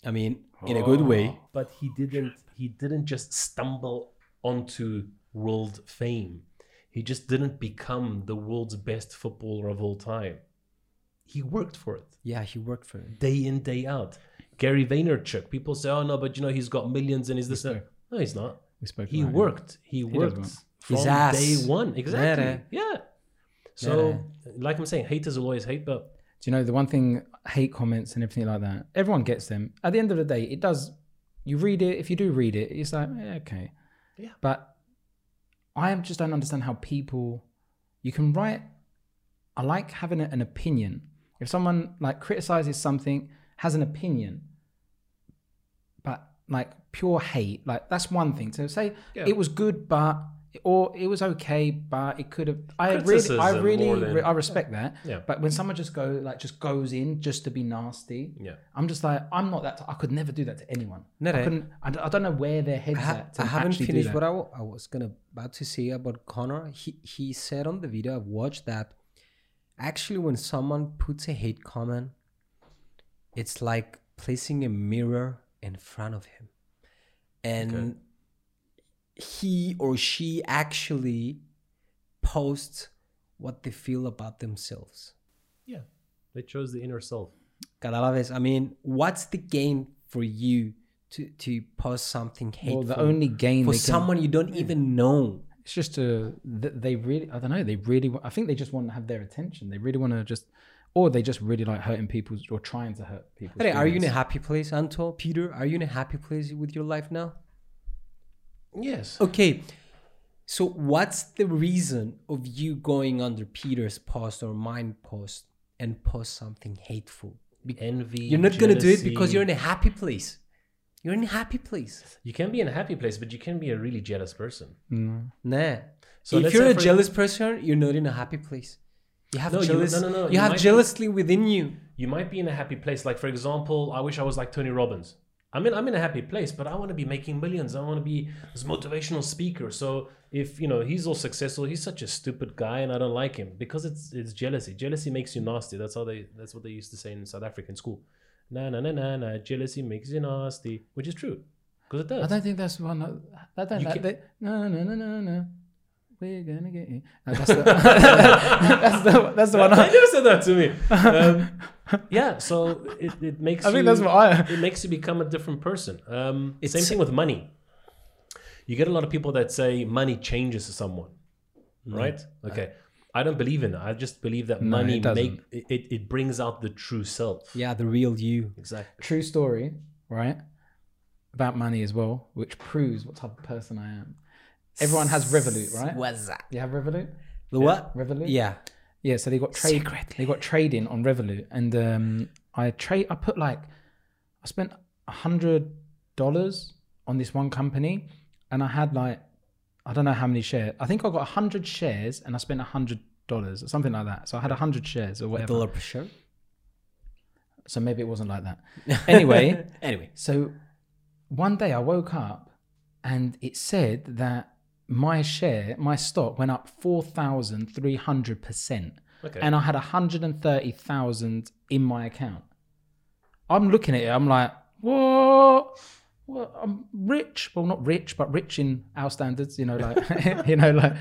I mean, in a good Oh. way. but he didn't he didn't just stumble onto world fame he just didn't become the world's best footballer of all time he worked for it Yeah, he worked for it. day in day out gary vaynerchuk people say oh no but you know he's got millions and he's this and that." no he's not We spoke. he about it. worked he does worked work. from His ass. day one exactly Nere. yeah so like i'm saying haters will always hate but Do you know the one thing? Hate comments and everything like that. Everyone gets them. At the end of the day, it does. You read it. If you do read it, it's like eh, okay. Yeah. But I am- just don't understand how people. You can write. I like having a- an opinion. If someone like criticizes something, has an opinion, but like pure hate, like that's one thing. To say Yeah. it was good, but or it was okay, but it could have. I really, I Criticism really, more than- re- I respect that. Yeah. But when someone just go like just goes in just to be nasty, yeah I'm just like I'm not that. T- I could never do that to anyone. No, I no. couldn't. I, d- I don't know where their heads I, ha- at. To I haven't actually do finished that. what I wa- I was gonna about to say about Connor. He he said on the video I've watched that actually when someone puts a hate comment, it's like placing a mirror in front of him, and he or she actually posts what they feel about themselves. yeah they chose the inner self Καταλάβες, I mean, what's the gain for you to to post something hateful Well, the only gain for they can- someone you don't even know? it's just to th- they really. I don't know. They really. wa- I think they just want to have their attention. They really want to just, or they just really like hurting people or trying to hurt people. Hey, are you in a happy place, Anto? Peter, are you in a happy place with your life now? yes Okay. So what's the reason of you going under Peter's post or mine post and post something hateful? envy You're not gonna do it because jealousy. you're in a happy place. You're in a happy place. You can be in a happy place, but you can be a really jealous person. Nah. So if let's you're say a for- jealous person, you're not in a happy place. You have No, you- jealous. no, no, no, You, you have might be- jealousy within you. You might be in a happy place. Like for example, I wish I was like Tony Robbins. I mean, I'm in a happy place, but I want to be making millions. I want to be this motivational speaker. So if you know he's all successful, he's such a stupid guy, and I don't like him because it's it's jealousy. Jealousy makes you nasty. That's how they that's what they used to say in South African school. Na na na na na. Jealousy makes you nasty, which is true because it I does. don't think that's one. That, that, You that, can- that- no, no, no, no, no. We're gonna get you. No, that's, the, that's the that's the one. I I, never said that to me. Um, yeah, so it, it makes I think you, that's what I. it makes you become a different person. Um, It's- same thing with money. You get a lot of people that say money changes someone, right? Okay, I don't believe in that. I just believe that Mm. Uh, No, money it doesn't. make it, it- it brings out the true self. Yeah, the real you. Exactly. true story, right? About money as well, which proves what type of person I am. Everyone has Revolut, right? What's that? You have Revolut? The what? Revolut? Yeah. Yeah, so they got trade they got trading on Revolut and um I trade I put like I spent a hundred dollars on this one company and I had like I don't know how many shares. I think I got a hundred shares and I spent a hundred dollars or something like that. So I had a hundred shares or whatever. Dollar per share. So maybe it wasn't like that. Anyway, Anyway. So one day I woke up and it said that my share, my stock went up 4,300%. Okay. And I had 130,000 in my account. I'm looking at it, I'm like, what? Well, I'm rich. Well, not rich, but rich in our standards, you know, like, you know, like.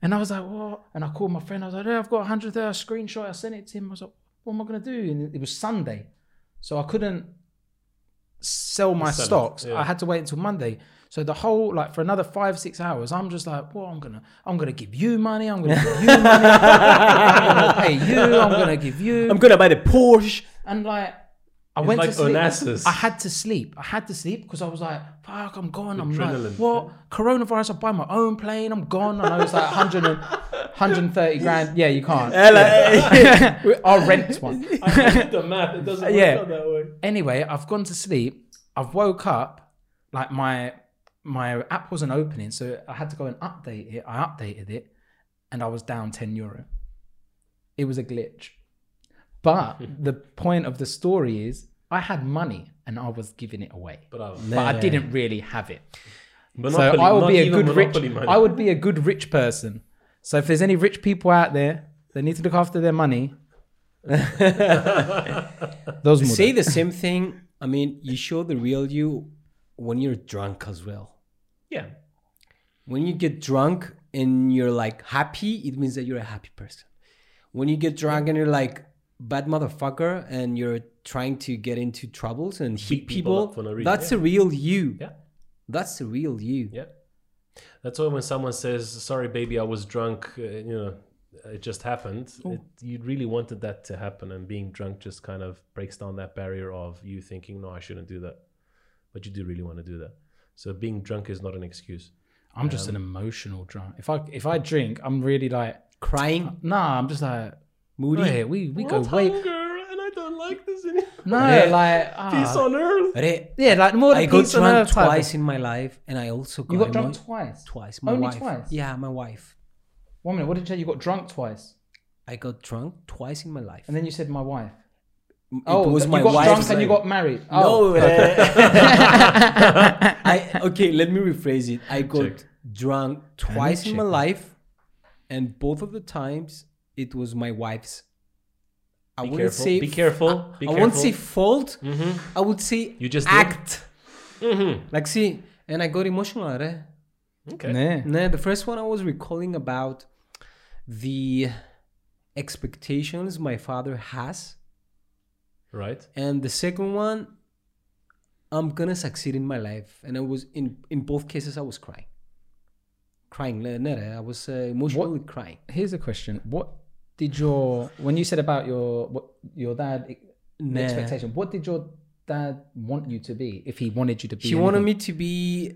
And I was like, what? And I called my friend. I was like, yeah, I've got 130. I screenshot. I sent it to him. I was like, what am I going to do? And it was Sunday. So I couldn't sell my Sell it, stocks. yeah. I had to wait until Monday. So the whole, like, for another five, six hours, I'm just like, well, I'm going to, I'm going to give you money. I'm going to give you money. I'm going to pay you. I'm going to give you. I'm gonna buy the Porsche. and like, I It's went like to sleep. Onassis. I had to sleep. I had to sleep because I was like, fuck, I'm gone. I'm Adrenaline. like, what? Coronavirus, I'll buy my own plane. I'm gone. And I was like, 100 and, 130 grand. Yeah, you can't. I'll rent one. I did the math. It doesn't work Yeah. out that way. Anyway, I've gone to sleep. I've woke up. Like my my app wasn't opening, so I had to go and update it. I updated it, and I was down 10 euro. It was a glitch. But the point of the story is, I had money and I was giving it away. Bravo. But I didn't really have it. uh, Monopoly, so I would not be a even good rich. Monopoly money. I would be a good rich person. So if there's any rich people out there that need to look after their money, those more. Say the same thing. I mean, you show the real you when you're drunk as well. Yeah. When you get drunk and you're like happy, it means that you're a happy person. When you get drunk and you're like bad motherfucker and you're trying to get into troubles and people hit people, up for no reason, that's the real you. Yeah. That's the real you. Yeah. That's why when someone says, "Sorry, baby, I was drunk," uh, you know, it just happened. Mm. It, you really wanted that to happen, and being drunk just kind of breaks down that barrier of you thinking, "No, I shouldn't do that," but you do really want to do that. So being drunk is not an excuse. I'm just Um, an emotional drunk. If I if I drink, I'm really like Crying, nah. I'm just like moody. we we go way. and I don't like this anymore. No, Yeah. like ah, on earth. Re, yeah, like more. I the got peace on drunk earth type. twice in my life, and I also got, You got drunk emo- twice. twice. My Only wife. twice? Yeah, my wife. One minute. What did you say? You got drunk twice, I got drunk twice in my life. and then you said my wife. it oh, was you my got wife's drunk and you got married. Oh, No, uh, I okay. Let me rephrase it. I got Check. drunk twice in my check. life, and both of the times it was my wife's. I Be wouldn't careful. say Be careful. Be I won't careful. say fault. I would say You just did. act Mhm. like see, and I got emotional. Right? Okay. Yeah. No, the first one I was recalling about the expectations my father has, Right. and the second one, I'm gonna succeed in my life, and I was in in both cases I was crying, crying. no, no, I was uh, emotionally crying. Here's a question: What did your when you said about your what your dad e, Nah. expectation? What did your dad want you to be if he wanted you to be? He wanted me to be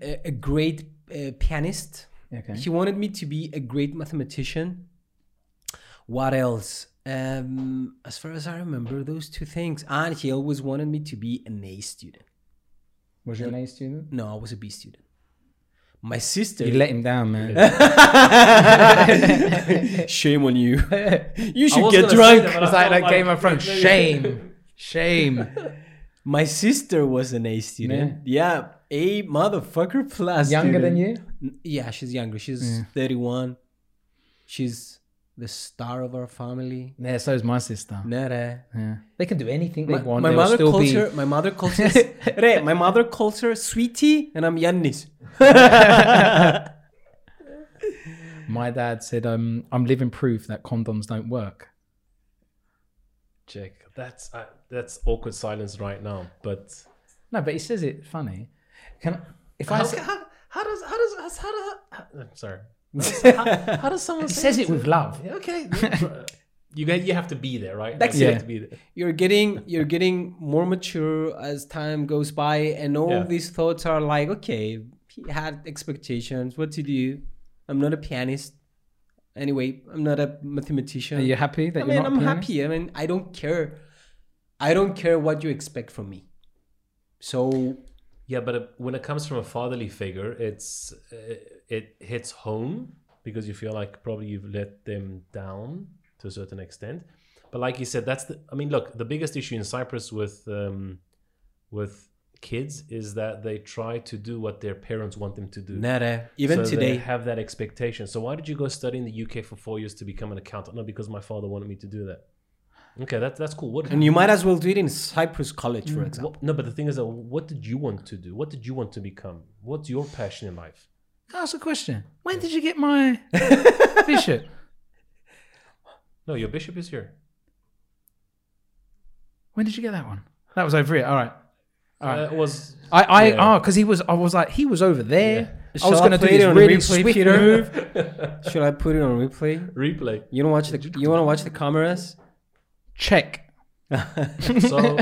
a, a great uh, pianist. Okay. He wanted me to be a great mathematician. What else? Um, as far as I remember, those two things. And he always wanted me to be an A student. was you an A student? No, I was a B student. My sister. You let him down, man. Shame on you. you I should was get gonna say drunk. that, but I It's like felt that Game of Thrones. Shame. Shame. My sister was an A student. Yeah, A motherfucker plus. Younger student. than you? N- Yeah, she's younger. She's 31. She's the star of our family. Yeah, so is my sister. Nere. Yeah. They can do anything they My, want. my They'll mother still be- culture, my mother culture, is- Re, my mother culture, sweetie, and I'm Yannis. My dad said, um, "I'm living proof that condoms don't work." Check. That's uh, that's awkward silence right now. But No, but he says it funny. Can if I how, say, how, how does how does how does how, I'm sorry. How, how does someone he say says it with love? Yeah, Okay. you get you have to be there, right? That's Like, you it. have to be there. You're getting you're getting more mature as time goes by, and all Yeah. these thoughts are like, okay, he had expectations. What to do? I'm not a pianist. Anyway, I'm not a mathematician. Are you happy that I you're mean, not? a I'm pianist? happy. I mean, I don't care. I don't care what you expect from me. So Yeah, but uh, when it comes from a fatherly figure, it's uh, it hits home because you feel like probably you've let them down to a certain extent. But like you said, that's the. I mean, look, the biggest issue in Cyprus with um, with kids is that they try to do what their parents want them to do. nada. Even So today, they have that expectation. So why did you go study in the UK for four years to become an accountant? No, because my father wanted me to do that. Okay, that's that's cool. What and you might as well do it in Cyprus College, Mm. for example. what, no, but the thing is that what did you want to do? What did you want to become? What's your passion in life? Can I ask a question? When did you get my bishop? No, your bishop is here. When did you get that one? That was over here. All right. All right. Uh, it was I, I Yeah. oh, because he was. I was like, he was over there. I Shall was I going to do play it this on really replay, swift Peter? move. Should I put it on replay? replay. You don't watch the. You want to watch the cameras? Check. So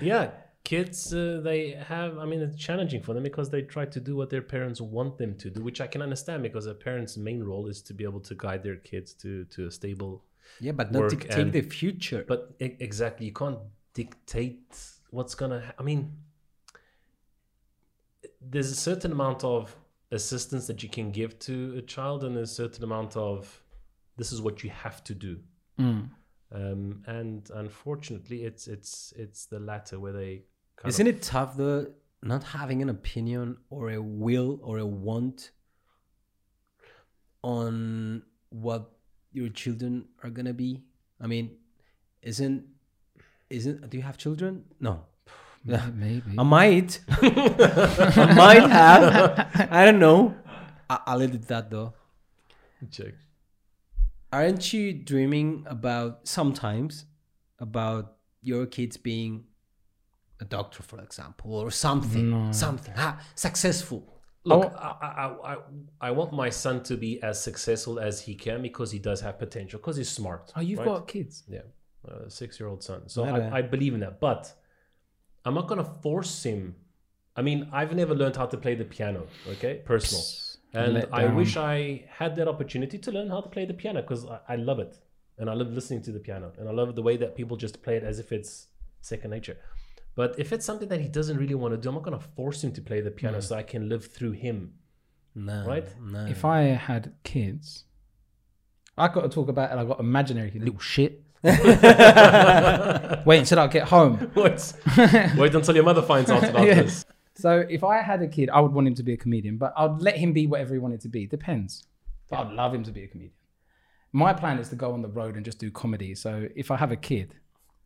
yeah, kids uh, they have. I mean, it's challenging for them because they try to do what their parents want them to do, which I can understand because a parent's main role is to be able to guide their kids to to a stable Yeah, but not Work dictate and- the future. But e- exactly, you can't dictate what's gonna. Ha- I mean, there's a certain amount of assistance that you can give to a child, and a certain amount of this is what you have to do. Mm. Um, and unfortunately, it's it's it's the latter where they. Kind Isn't of, it tough though, not having an opinion or a will or a want on what your children are gonna be? I mean, isn't isn't do you have children? No. Yeah. Maybe. I might. I might have. I don't know. I, I'll edit that though. Check. Aren't you dreaming about sometimes about your kids being a doctor, for example, or something, No. something ah, successful? Oh. Look, I, I, I, I want my son to be as successful as he can because he does have potential, because he's smart. Oh, you've right? got kids. yeah, a six-year-old son. So Right, I, I believe in that, but I'm not gonna force him. I mean, I've never learned how to play the piano. Okay, personal, and let I down. wish I had that opportunity to learn how to play the piano because I, I love it, and I love listening to the piano, and I love the way that people just play it as if it's second nature. But if it's something that he doesn't really want to do, I'm not gonna force him to play the Mm. piano so I can live through him. No, Right? No. If I had kids, I got to talk about it. I got imaginary kids. little shit. Wait until I get home. Wait, wait until your mother finds out about Yeah. this. So if I had a kid, I would want him to be a comedian, but I'd let him be whatever he wanted to be. Depends. But I'd love him to be a comedian. My plan is to go on the road and just do comedy. So if I have a kid,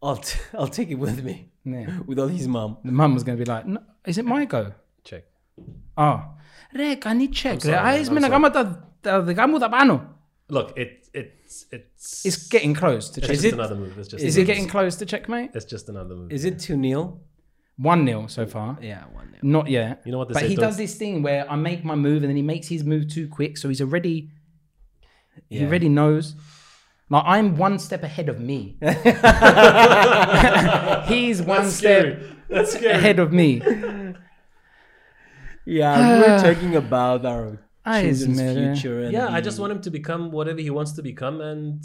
I'll, t- I'll take it with me, yeah, with all his mom. the mum was going to be like, no, "Is it my go?" Check. Oh, Rick, I need check. sorry, I is I'm mina sorry. gama ta- ta- the gamu tabano. Look, it it's it's It's getting close to It's check. just Is it, another move. It's just is another it getting move. close to checkmate? It's just another move. Is it 2 nil? One 0 so far. Yeah, 1 nil. Not yet. You know what they But say, he don't- does this thing where I make my move and then he makes his move too quick, so he's already he Yeah. already knows. Like I'm one step ahead of me. he's one That's step scary. That's scary. ahead of me. Yeah, we we're talking about our Ah, is children's mera- future. And Yeah, I just want him to become whatever he wants to become, and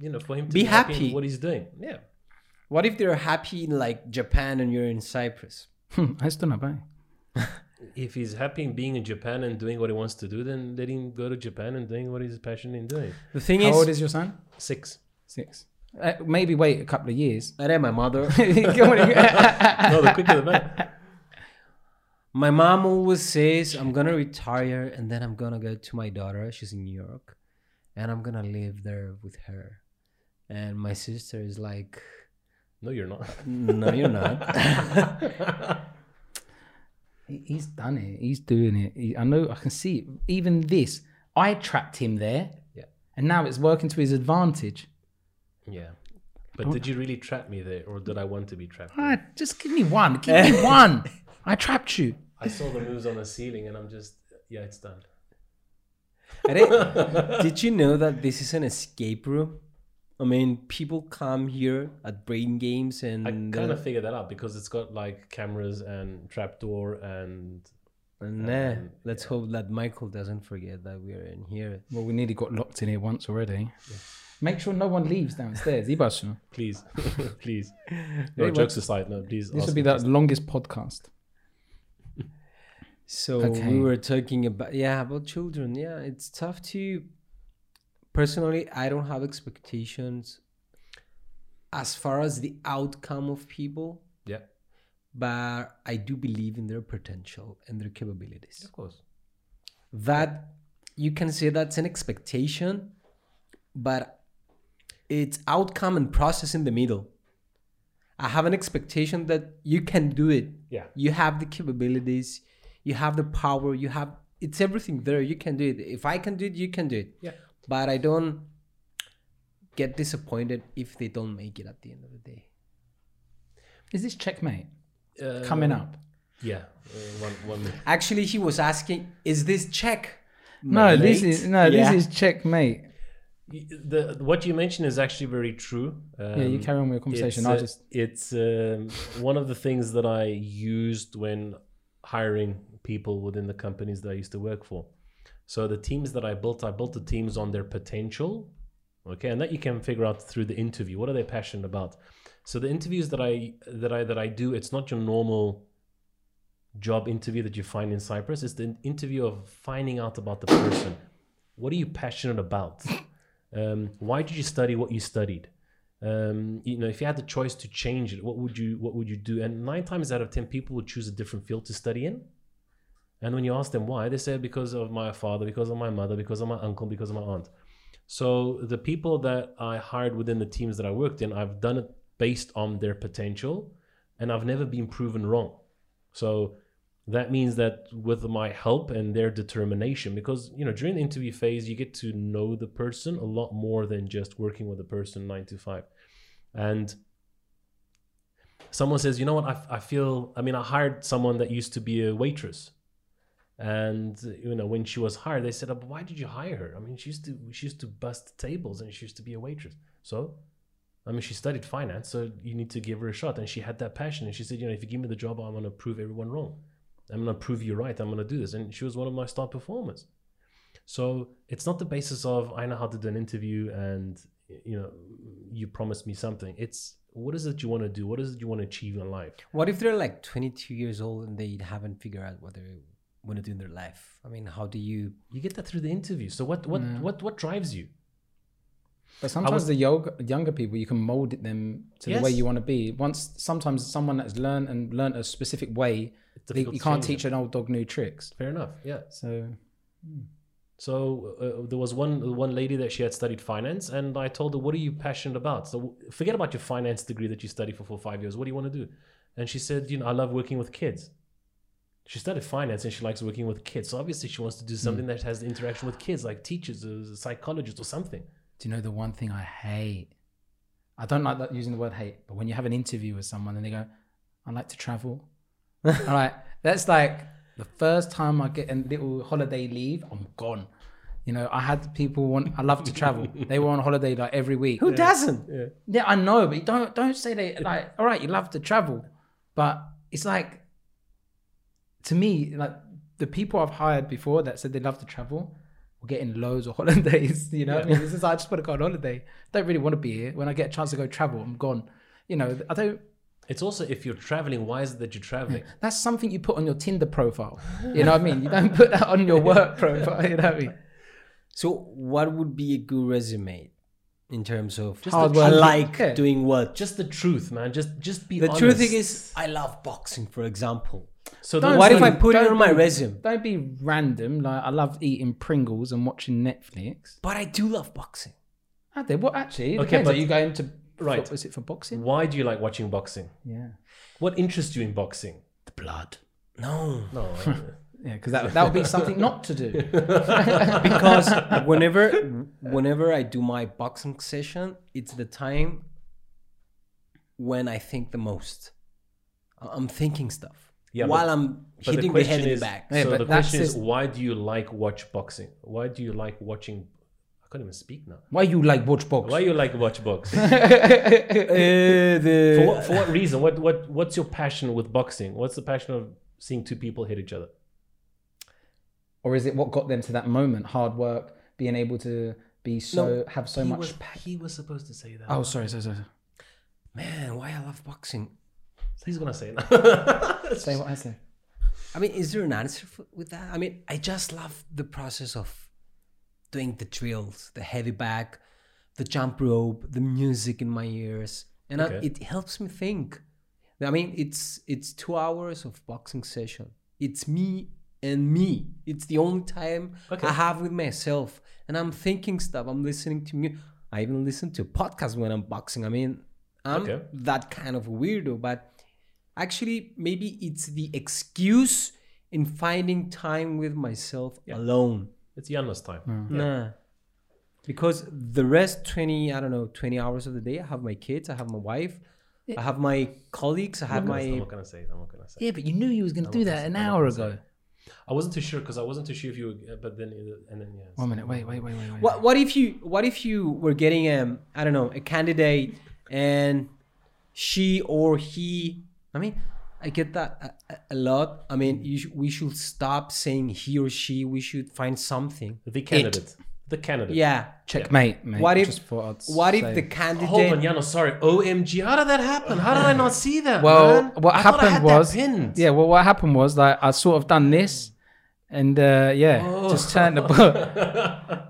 you know, for him to Be be, happy. happy. in what he's doing. Yeah, What if they're happy in like Japan and you're in Cyprus? Hmm, I still not buying. if he's happy in being in Japan and doing what he wants to do, then let him go to Japan and doing what he's passionate in doing. The thing How is, old is your son? Six. Six. Uh, maybe wait a couple of years. I had my mother. No, the quicker the better. My mom always says, I'm gonna retire and then I'm gonna go to my daughter. She's in New York and I'm gonna live there with her. And my sister is like, No, you're not. No, you're not. He- He's done it. He's doing it. He- I know. I can see it. Even this. I trapped him there, Yeah. and now it's working to his advantage. Yeah. But did you really trap me there, or did I want to be trapped? there? Ah, just give me one. Give me one. I trapped you. I saw the moves on the ceiling, and I'm just, yeah, it's done. Ere, did you know that this is an escape room? I mean, people come here at brain games and I kind uh, of figured that out because it's got like cameras and trapdoor and and, uh, um, let's hope that Michael doesn't forget that we're in here. Well, we nearly got locked in here once already. Make sure no one leaves downstairs. Ibasu. please, please. No, Hey, jokes aside, no, please. This ask will be him the just- longest podcast. So Okay. we were talking about yeah about children. Yeah, it's tough to. Personally, I don't have expectations as far as the outcome of people, Yeah, but I do believe in their potential and their capabilities. of course. that you can say that's an expectation, but it's outcome and process in the middle. I have an expectation that you can do it. Yeah. You have the capabilities, you have the power, you have it's everything there. You can do it. If I can do it, you can do it. Yeah. But I don't get disappointed if they don't make it at the end of the day. Is this checkmate Uh, coming up? Yeah, uh, one, one. minute. Actually, he was asking, is this check? No, this mate?" is no, Yeah. this is checkmate. The, what you mentioned is actually very true. Um, Yeah, you carry on with your conversation. It's, I uh, just it's um, one of the things that I used when hiring people within the companies that I used to work for. So the teams that I built, I built the teams on their potential. Okay, and that you can figure out through the interview. What are they passionate about? So the interviews that I that I that I do, it's not your normal job interview that you find in Cyprus. It's the interview of finding out about the person. What are you passionate about? Um, why did you study what you studied? um, you know, if you had the choice to change it, what would you what would you do? And nine times out of ten, people would choose a different field to study in. And when you ask them why, they say because of my father, because of my mother, because of my uncle, because of my aunt. So the people that I hired within the teams that I worked in, I've done it based on their potential, and I've never been proven wrong. So that means that with my help and their determination, because you know during the interview phase, you get to know the person a lot more than just working with the person nine to five. And someone says, you know what, I, I feel, I mean, I hired someone that used to be a waitress. And you know, when she was hired, they said, "Oh, but "Why did you hire her? I mean, she used to she used to bust tables and she used to be a waitress. So, I mean, she studied finance, so you need to give her a shot. And she had that passion. And she said, you know, if you give me the job, I'm gonna prove everyone wrong. I'm gonna prove you right. I'm gonna do this. And she was one of my star performers. So it's not the basis of I know how to do an interview and you know you promised me something. It's what is it you want to do? What is it you want to achieve in life? What if they're like 22 years old and they haven't figured out what they want to do in their life? I mean, how do you? You get that through the interview. So what what Mm. what what drives you? but sometimes was- the yoga, younger people you can mold them to the way Yes. you want to be. Once sometimes someone that's learned and learned a specific way, they, difficult you to can't change teach an old dog new tricks. Fair enough. Yeah. So So uh, there was one one lady that she had studied finance, and I told her, "What are you passionate about? So forget about your finance degree that you studied for four five years. What do you want to do?" And she said, "You know, I love working with kids." She studied finance and she likes working with kids. So obviously, she wants to do Hmm. something that has interaction with kids, like teachers, or psychologists, or something. do you know the one thing I hate? I don't like that using the word hate, but when you have an interview with someone and they go, "I like to travel," all right, that's like the first time I get a little holiday leave, I'm gone. You know, I had people want. I love to travel. they were on holiday like every week. Who doesn't? Yeah, I know, but you don't don't say that. Like, all right, you love to travel, but it's like to me, like the people I've hired before that said they love to travel were getting loads of holidays. You know, what I mean, this is I just want to go on holiday. Don't really want to be here. When I get a chance to go travel, I'm gone. You know, I don't. It's also if you're traveling, why is it that you're traveling? Hmm. That's something you put on your Tinder profile. You know what I mean? You don't put that on your work profile. You know what I mean? So, what would be a good resume in terms of Just Hard the, work. I Well, like yeah. doing what? just the truth, man. Just just be the honest. true thing is, I love boxing, for example. so Don't the- What if I don't- put it don't on my do- resume? Don't be random. Like I love eating Pringles and watching Netflix. But I do love boxing. I did. What Ah, actually? It Okay, depends. but- are you going to Right. For, is it for boxing? why do you like watching boxing? Yeah. What interests you in boxing? The blood. No. No, Yeah, because that that would be something not to do. because whenever whenever I do my boxing session, it's the time when I think the most. I- I'm thinking stuff Yeah, but- while I'm But hitting the, head in the back. So Yeah, but the that's question is, just- why do you like watch boxing? Why do you like watching? I can't even speak now. Why you like watch box? Why you like watch box? Uh, for, the, what, for what reason? What what what's your passion with boxing? What's the passion of seeing two people hit each other? or is it what got them to that moment? Hard work, being able to be so have so he much. was he was supposed to say that. oh, sorry, sorry, sorry. man, why I love boxing. He's gonna say it. Say what I say. I mean, is there an answer for, with that? I mean, I just love the process of doing the drills, the heavy back, the jump rope, the music in my ears, and I, Okay. it helps me think. I mean, it's it's two hours of boxing session. It's me and me. It's the only time Okay. I have with myself, and I'm thinking stuff. I'm listening to music. I even listen to podcasts when I'm boxing. I mean, I'm Okay. that kind of weirdo, but actually maybe it's the excuse in finding time with myself alone it's Yanna's time. Hmm. nah because the rest 20 i don't know 20 hours of the day i have my kids i have my wife i have my colleagues i have I'm, not gonna, I'm my not gonna say it. I'm not gonna say it. Yeah, but you knew you was gonna do that an hour ago. I wasn't too sure because I wasn't too sure if you were, but then uh, and then yeah. One minute. Wait, wait, wait, wait. wait. what, what if you what if you were getting um i don't know a candidate and she or he i mean i get that a, a- a lot i mean you sh- we should stop saying he or she we should find something The candidate. The candidate. yeah Checkmate, mate. What if- Just thought I'd What if say. the candidate? Hold on, Yano. Sorry. OMG. How did that happen? How did I not see that? Well, man? what I thought I happened had that was, pinned. yeah. Well, what happened was like I sort of done this, and uh, yeah, just turned the book.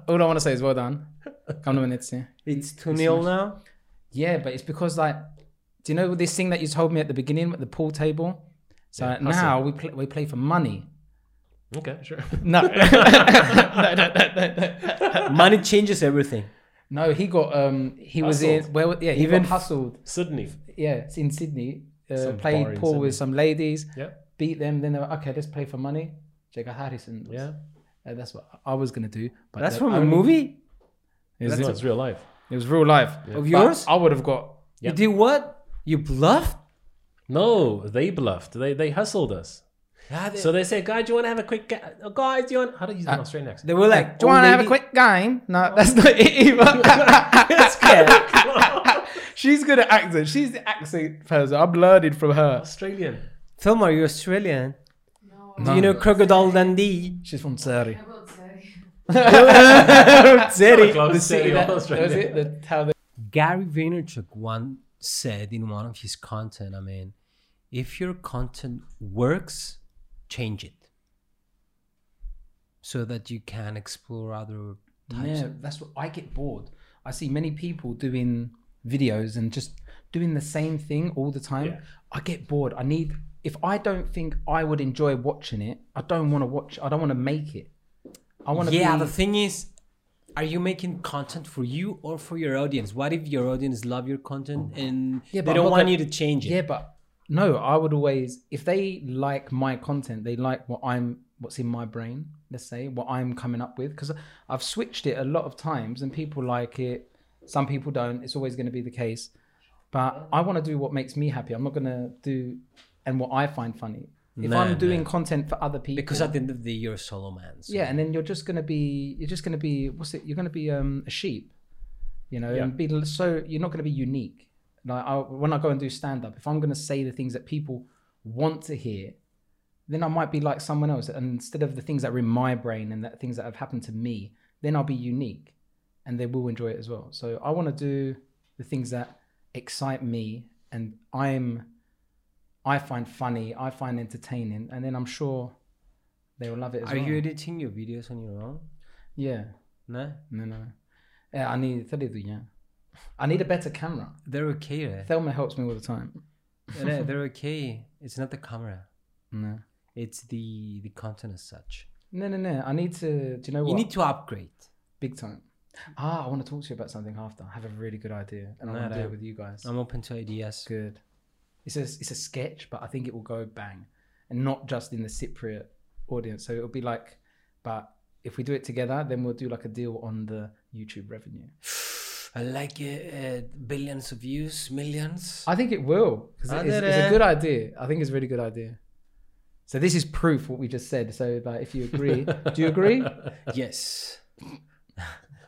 All I want to say is well done. Come to minutes, yeah. It's two 0 now. Yeah, but it's because like, do you know this thing that you told me at the beginning at the pool table? So like, hustle. now we play, we play for money. Okay, sure. No. no, no, no, no, no. Money changes everything. No, he got um he was in Hustled. where was- yeah he even Even- hustled Sydney. yeah it's in Sydney uh, Some bar played in pool with some ladies Yeah. beat them then they were okay let's play for money Jacob Harrison was- Yeah. uh, that's what I was gonna do but That's the from a only- movie it was, no, it's real life. it was real life of But yours. I would have got Yeah. You did what? You bluffed? No, they bluffed. They they hustled us. Yeah, they, So they Uh, say, "Guys, do you want to have a quick? Ga- oh, guys, do you want?" How do you use an Australian accent? they were like, do you want to "Oh, have a lady- quick game no that's not it either she's good at accent she's the accent person I'm learning from her Australian. Thelma, you're Australian. No. Do Oh. you know Crocodile Dundee? she's from Surrey I will say. Very Zeri. close. the city Australia. that, was it the town that Gary Vaynerchuk once said in one of his content, I mean, if your content works, change it. So that you can explore other types Yeah, of that's what I get bored. I see many people doing videos and just doing the same thing all the time. Yeah. I get bored. I need if I don't think I would enjoy watching it, I don't want to watch. I don't want to make it. I want to yeah be. the thing is are you making content for you or for your audience what if your audience love your content and Yeah, they but I'm don't not want gonna- you to change it yeah, but no, I would always if they like my content, they like what I'm what's in my brain. Let's say what I'm coming up with because I've switched it a lot of times and people like it. Some people don't. It's always going to be the case. But I want to do what makes me happy. I'm not going to do and what I find funny. If No, I'm doing content for other people, because at the end of the day you're a solo man so yeah, and then you're just gonna be you're just gonna be what's it? You're gonna be um, a sheep, you know, and be l- so you're not gonna be unique. Like I, when I go and do stand up, if I'm gonna say the things that people want to hear, then I might be like someone else. And instead of the things that are in my brain and the things that have happened to me, then I'll be unique, and they will enjoy it as well. So I want to do the things that excite me and I'm I find funny, I find entertaining, and then I'm sure they will love it as are well. you editing your videos on your own Yeah, no no, no. Yeah, I need tell you, yeah. I need a better camera. they're okay right? Thelma helps me all the time. no, they're okay it's not the camera No, it's the the content as such no, no, no. I need to. Do you know what? you need to upgrade big time. Ah, I want to talk to you about something after. I have a really good idea, and I No, want to do no. it with you guys. i'm open to ideas good. It's a it's a sketch, but I think it will go bang, and not just in the Cypriot audience. So it'll be like, but if we do it together, then we'll do like a deal on the YouTube revenue. I like it. Uh, billions of views, millions. I think it will because I it's, did it's a it. good idea. I think it's a really good idea. So this is proof what we just said. So like, if you agree, do you agree? yes.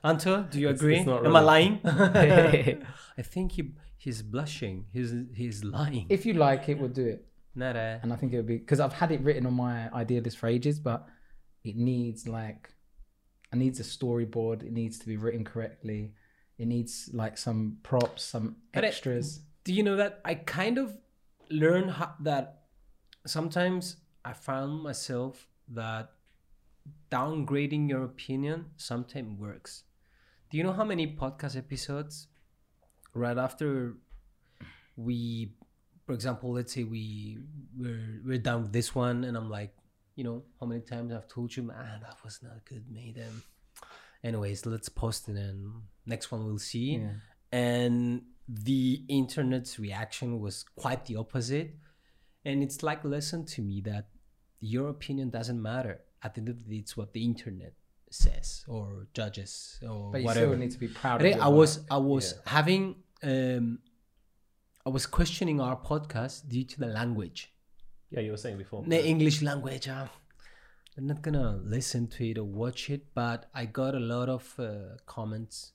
Anto, do you agree? it's not Am I really- lying? I think he he's blushing. He's he's lying. if you like it, we'll do it. Nada. And I think it would be because I've had it written on my idea list for ages, but it needs like, it needs a storyboard. It needs to be written correctly. It needs like some props, some But it- extras. Do you know that I kind of learned ho- that sometimes I found myself that downgrading your opinion sometimes works. Do you know how many podcast episodes right after we, for example, let's say we we're, we're done with this one, and I'm like, you know, how many times I've told you, man, that was not good, mate. Um, anyways, let's post it, and next one we'll see Yeah. and the internet's reaction was quite the opposite and it's like lesson to me that your opinion doesn't matter at the end of the day it's what the internet says or judges or But you whatever still need to be proud. I of think your I was work. I was having um I was questioning our podcast due to the language Yeah, you were saying before. the English language. Uh, I'm not gonna listen to it or watch it, but I got a lot of uh, comments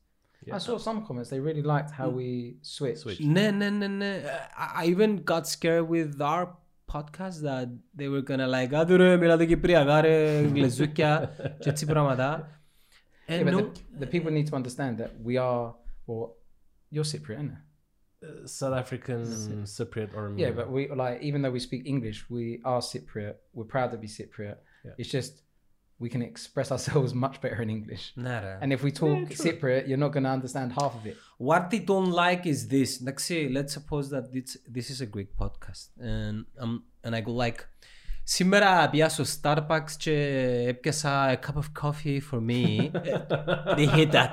I saw some comments. They really liked how Hmm. we switched. Switched. No, no, no, no. I I even got scared with our podcast that they were gonna like, «Άντουρε, μιλάτε Κυπριακά ρε, γλεζούκια» και έτσι πράγματα. Yeah, And but no, the, the people need to understand that we are. Well, you're Cypriot, is Uh, South African, Cypriot, or Yeah, but we like even though we speak English, we are Cypriot. We're proud to be Cypriot. Yeah. It's just we can express ourselves much better in English. nada. And if we talk Cypriot, you're not going to understand half of it. what they don't like is this. Like, say, let's suppose that this, this is a Greek podcast. And, um, and I go like, Σήμερα πήγα στο Starbucks και έπιασα a cup of coffee for me. They hate that.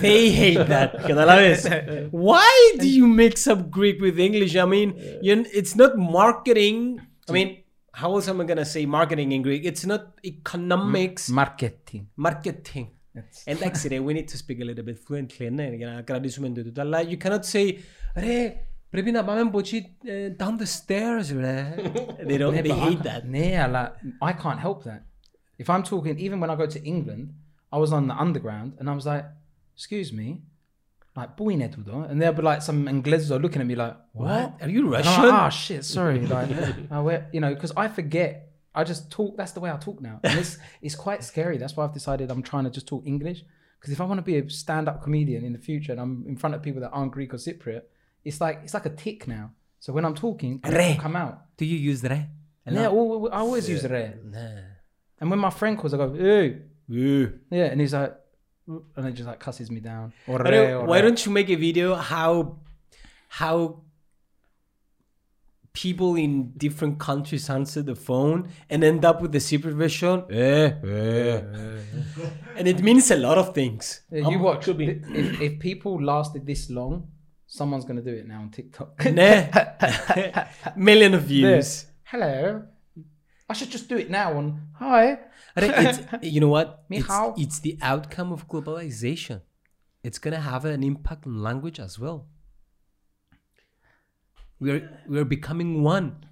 They hate that. Καταλάβες. Why do you mix up Greek with English? I mean, you it's not marketing. I mean, how else am I gonna say marketing in Greek? It's not economics, Marketing. marketing. Εντάξει ρε, we need to speak a little bit fluently, ναι, για να κρατήσουμε το τούτο. Αλλά you cannot say, ρε, πρέπει να πάμε από εκεί, ε, eh, down the stairs, ρε. They don't, they hate that. Yeah, like I can't help that. If I'm talking, even when I go to England, I was on the underground and I was like, "Excuse me." Like boy netudo, and there'll be like some Ingleses are looking at me like, "What? Are you And I'm Russian? like, oh shit, sorry. Like, I wear, you know, because I forget. I just talk. That's the way I talk now. And it's it's quite scary. That's why I've decided I'm trying to just talk English. Because if I want to be a stand-up comedian in the future and I'm in front of people that aren't Greek or Cypriot, it's like it's like a tick now. So when I'm talking, Re. I come out. Do you use re? Yeah, well, I always use re. Ναι. And when my friend calls, I go, ooh, yeah, and he's like, "Ooh," and he just like cusses me down. Or Why re, or don't, why re. don't you make a video how how people in different countries answer the phone and end up with the secret version? Eh, eh. and it means a lot of things. Yeah, you Um, watch. could be. Th- If, if people lasted this long, someone's gonna do it now on TikTok. Nah. Million of views. this. Hello. I should just do it now on hi. But it's, you know what? It's, Mihao. it's the outcome of globalization. It's gonna have an impact on language as well. We're we're becoming one.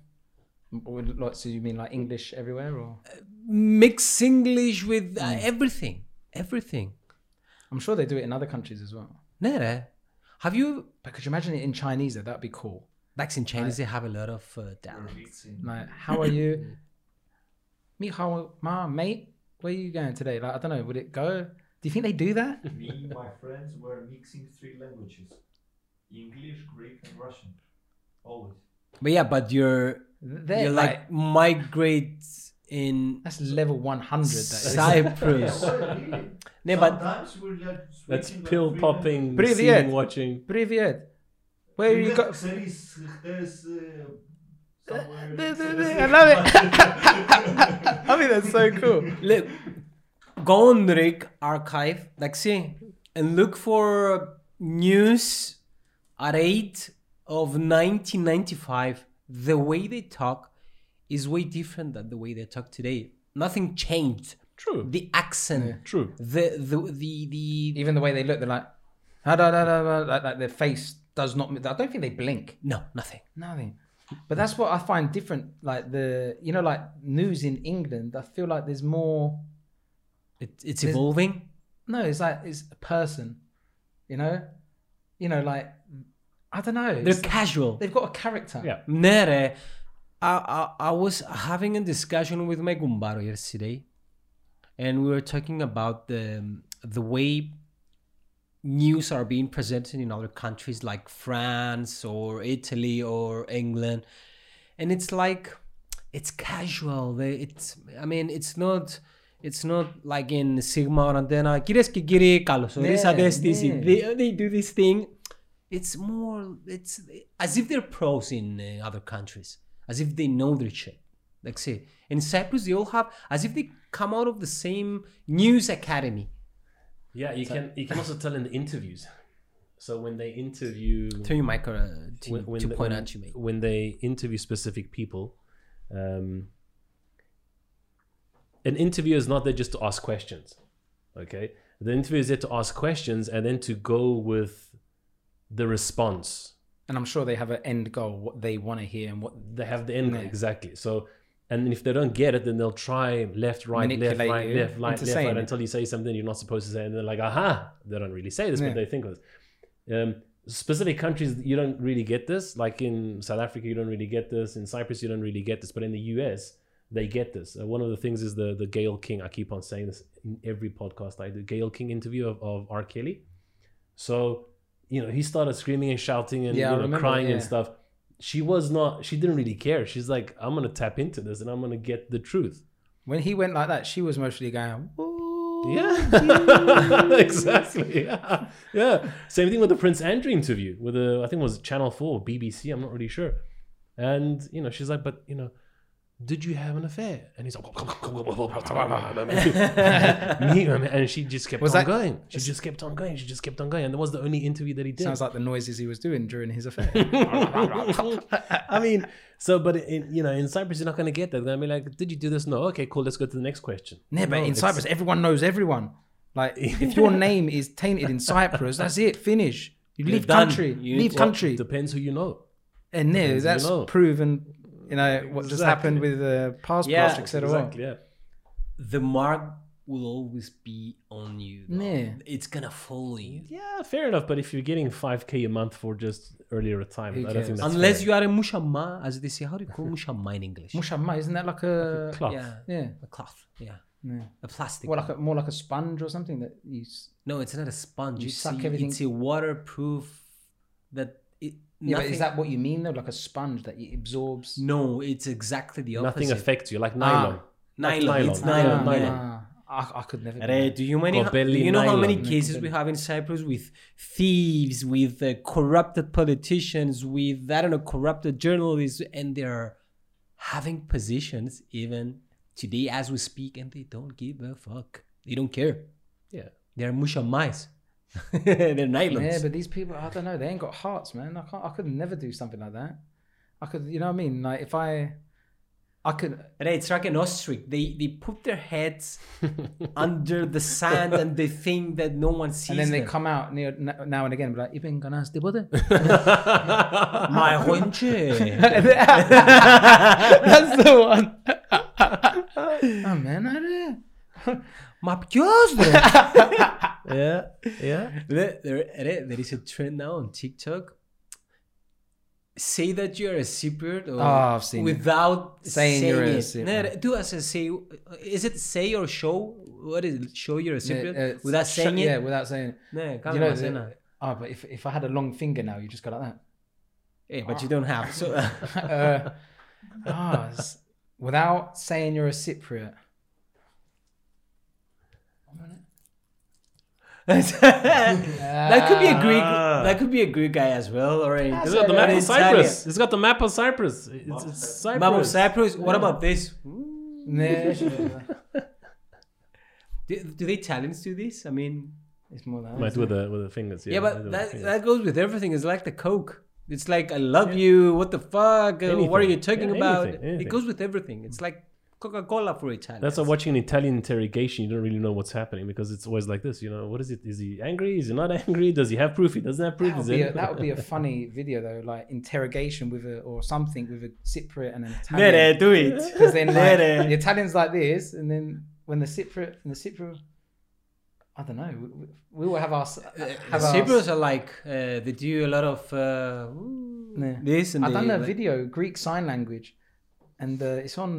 Would- like, So you mean like English everywhere, or Mix English with uh, everything, everything. I'm sure they do it in other countries as well. Nere, have you? But could you imagine it in Chinese? Though that'd be cool. That's in Chinese. They have a lot of uh, dialects. Like, how are you? Me, how, ma, mate? Where are you going today? Like, I don't know. Would it go? Do you think they do that? Me and my friends were mixing three languages English, Greek, and Russian. Always. But yeah, but you're They're you're like, like migrate in that's level 100. That is. Cyprus. really? no, but Sometimes we're like That's switching, like, pill three popping, Привет. seeing, watching. Привет. Where languages. you Привет, go? Xeris, Xeris, uh, somewhere in there, there, Xeris there, I is love it. Russian. I think that's so cool. look, go on Rick archive, like see, and look for news at 8 of 1995. The way they talk is way different than the way they talk today. nothing changed. True. The accent, True. the the the the Even the way they look, they're like, "Ah, da, da, da, da," like, like their face does not. I don't think they blink. no nothing. Nothing. But that's what I find different. Like the, you know, like news in England. I feel like there's more. It, it's There's- evolving. No, it's like it's a person. You know, you know, like I don't know. They're casual. They've got a character. Yeah. Nere, I, I, I was having a discussion with my gumbaro yesterday, and we were talking about the the way news are being presented in other countries like France or Italy or England, and it's like it's casual. They, it's I mean it's not. It's not like in Sigma or Antenna. Κυρίες και κύριοι, καλώς ορίσατε στη ναι. They, they do this thing. It's more, it's as if they're pros in uh, other countries, as if they know their shit. Like say, in Cyprus, they all have, as if they come out of the same news academy. Yeah, you can you can also tell in the interviews. So when they interview Turn your mic uh, to, when, when to the- point oh, when- out to me. when they interview specific people, um, an interview is not there just to ask questions. Okay, the interview is there to ask questions and then to go with the response. And I'm sure they have an end goal, what they want to hear and what They have the end goal, Yeah. exactly. So, and if they don't get it, then they'll try left, right, left, Manipulate right, you left, right, into left, saying right it. until you say something you're not supposed to say, and they're like, "Aha!" They don't really say this, Yeah. but they think of this. Um, specific countries, you don't really get this. Like in South Africa, you don't really get this. In Cyprus, you don't really get this. But in the US, they get this. Uh, one of the things is the the Gail King. I keep on saying this in every podcast I do. Gail King interview of, of R. Kelly. So, you know, he started screaming and shouting and Yeah, I you know, remember, crying and yeah. stuff. She was not, she didn't really care. She's like, I'm going to tap into this and I'm going to get the truth. When he went like that, she was mostly going, "Ooh." Yeah, exactly. Yeah. yeah. Same thing with the Prince Andrew interview with the, I think it was Channel 4, BBC, I'm not really sure. And, you know, she's like, but, you know, did you have an affair? And he's like, Me, and she just kept Was on that- going. She just kept on going. She just kept on going. And that was the only interview that he did. Sounds like the noises he was doing during his affair. I mean, so but in, you know, in Cyprus you're not gonna get that. They're gonna be like, "Did you do this?" No. Okay, cool. Let's go to the next question. yeah, but No, in it's- Cyprus, everyone knows everyone. Like, if your name is tainted in Cyprus, that's it. Finish. You You're leave done. country. You- leave Well, country. depends who you know. and there, depends, that's you know. proven. You know what just Exactly. happened with the past Yeah, blast, etc. Exactly. Yeah. The mark will always be on you. though. Yeah. It's gonna follow you. Yeah, fair enough. But if you're getting 5k a month for just early retirement, Who I don't think cares? that's Unless fair. you are a mushama, as they say. How do you call mushama in English? Mushamma, isn't that like a cloth. uh, Yeah, yeah, a cloth. Yeah, yeah. a plastic. Well, like a, more like a sponge or something that you. s- No, it's not a sponge. You it's, suck a, everything- it's a waterproof that it, Yeah, but nothing- is that what you mean though? Like a sponge that it absorbs. No, it's exactly the opposite. Ah, nothing affects you like nylon. nylon. Like It's nylon. nylon. Nylon. nylon. Ah, I, I could never. do Ρε, that. do you, many, do Κοπέλι you know how many nylon. cases we have in Cyprus with thieves, with uh, corrupted politicians, with, I don't know, corrupted journalists, and they're having positions even today as we speak, and they don't give a fuck. They don't care. Yeah. They're mushamais. they're nylons. Yeah, but these people, I don't know. They ain't got hearts, man. I can't. I could never do something like that. I could, you know what I mean? Like if I, I could. Right, it's like an ostrich. They they put their heads under the sand and they think that no one sees And then they them. come out near, n- now and again, and be like, "You've been gonna ask the brother." My honche. That's the one. oh man, I do. Μα ποιος ρε. Yeah, yeah. There- there- ρε, There is a trend now on TikTok. Say that you're a Cypriot or Oh, I've seen it. without Saying you're a it. Cypriot. Ναι, ρε, do as a say. Is it say or show? What is it? Show you're a Cypriot? Yeah, uh, without sh- saying Yeah, it? without saying it. Ναι, You κάνε know, μας the- ένα. Oh, but if, if I had a long finger now, you just go like that. Yeah, Eh, but you don't have. So, uh, ah, s- without saying you're a Cypriot. that could be Uh, a Greek. Ah. That could be a Greek guy as well, or an It's got the map an of Italian. Cyprus. It's got the map of Cyprus. It's, it's Cyprus. Map of Cyprus. What about this? Nah, Do, do the Italians do this? I mean, it's more than Might with the with the fingers. Yeah, yeah, with but the that, fingers. that goes with everything. It's like the Coke. It's like I love you. What the fuck? Uh, What are Anything. you talking Yeah, about? anything, anything. It goes with everything. It's like Coca-Cola for Italians. That's why watching an Italian interrogation, you don't really know what's happening because it's always like this. You know, what is it? Is he angry? Is he not angry? Does he have proof? He doesn't have proof. That Is would, be a, it- that would be a funny video though, like interrogation with a or something with a Cypriot and an Nere, Italian. do it. Uh, Because then like, Nere. the Italians like this, and then when the Cypriot and the Cypriot, I don't know, we, we will have our s- have Uh, the our. Cypriots are like uh, they do a lot of uh, ooh, Yeah. this and I done they- a video Greek sign language, and uh, it's on.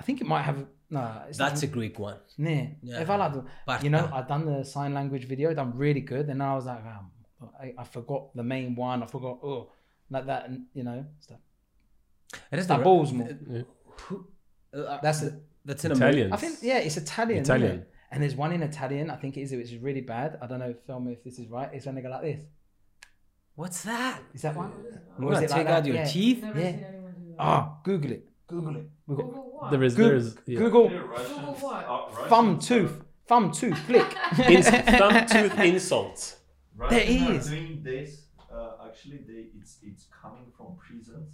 I think it might have no. It's That's a not, Greek one. yeah. Yeah. If I like to- But you know, I done the sign language video, done really good, and I was like, um, I, I forgot the main one. I forgot oh, like that, and you know stuff. it is That balls more. Who, uh, That's th- it. that's in America. Italians. I think yeah, it's Italian. isn't Italian. it? And there's one in Italian. I think it is. Which is really bad. I don't know, if, film if this is right. It's when they go like this. What's that? Is that one? I'm gonna Or is it like take that? out your Yeah. teeth. Never Yeah. seen anyone do that. Ah, Google it. Google it. We got Google what? There is, Goo- there is. Yeah. Google Clear Russians what? are- uh, Russians thumb are- tooth, thumb tooth flick. Ins- thumb tooth insults. Russians There are is. doing this. Uh, actually, they it's it's coming from prisons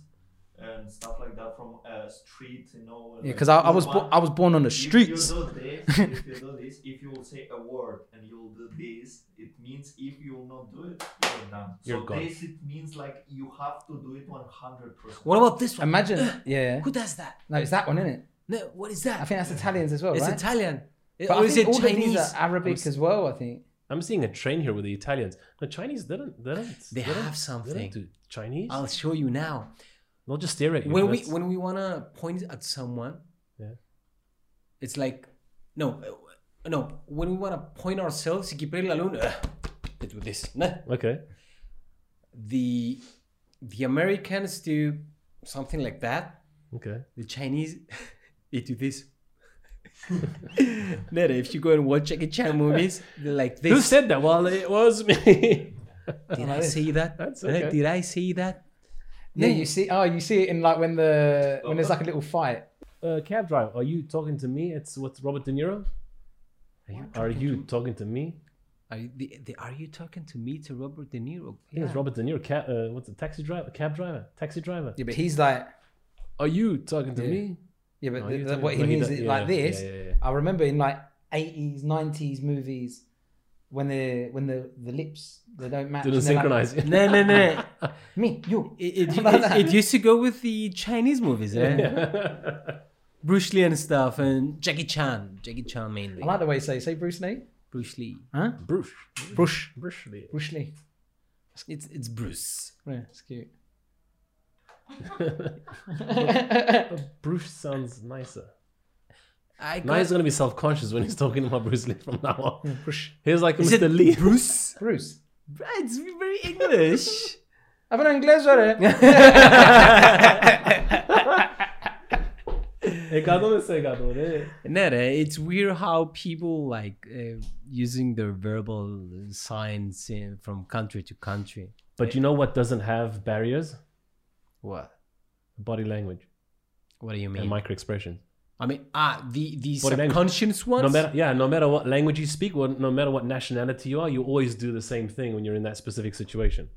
and stuff like that from uh, street, you know. Yeah, like, because I, I you was want- bo- I was born on the If streets. you do this, if you do this, if you will say a word and you'll do this, it means if you will not do it, you're done. You're so gone. this it means like you have to do it one hundred percent. What about this one? Imagine, yeah. Who does that? No, it's that one, isn't it? No, what is I that? think that's Italians as well, It's right? Italian. But or I is think it all of these Chinese? are Arabic as well. I think. I'm seeing a train here with the Italians. The Chinese, they don't. They, don't, They don't- have don't something. do Chinese? I'll show you now. They'll just stare at you. When we That's- when we wanna point at someone, Yeah. it's like no, uh, no. When we wanna point ourselves, keep it alone. Uh, they do this. No. okay. The the Americans do something like that. Okay. The Chinese they do this. no, no, if you go and watch Jackie Chan movies, they're like Who this. said that? Well, it was me. Did I say that? That's Uh, okay. Did I say that? Yeah, you see. Oh, you see it in like when the when there's like a little fight. uh, cab driver, are you talking to me? It's what's Robert De Niro? Are you, are you talking to me? Are you, the, the, are you talking to me to Robert De Niro? I think it's Robert De Niro. Cab, uh, what's a taxi driver? Cab driver? Taxi driver? Yeah, but he's like, Are you talking to Yeah. me? yeah, but No, the- you the- don't- what he no, he means don't- is yeah, like yeah, this. yeah, yeah, yeah. I remember in like 80s, 90s movies when the when the the lips they don't match. Didn't and they're like, synchronize. No, no, no. Me, you. It, it, it, it used to go with the Chinese movies, right? Bruce Lee and stuff, and Jackie Chan. Jackie Chan mainly. I like the way you say say Bruce Lee. Bruce Lee. Huh? Bruce. Bruce. Bruce Lee. Bruce Lee. It's it's Bruce. Yeah, it's cute. Bruce sounds nicer. I Now he's got, gonna be self-conscious when he's talking about Bruce Lee from now on. Bruce. He's like Mm, is Mr. it Lee. Bruce? Bruce. Right, It's very English. Have an English, right? No, no, it's weird how people like uh, using their verbal signs uh, from country to country. But you know what doesn't have barriers? What? Body language What do you mean? and micro expressions. I mean, ah, the the Body language. subconscious ones. No matter yeah, no matter what language you speak, or no matter what nationality you are, you always do the same thing when you're in that specific situation.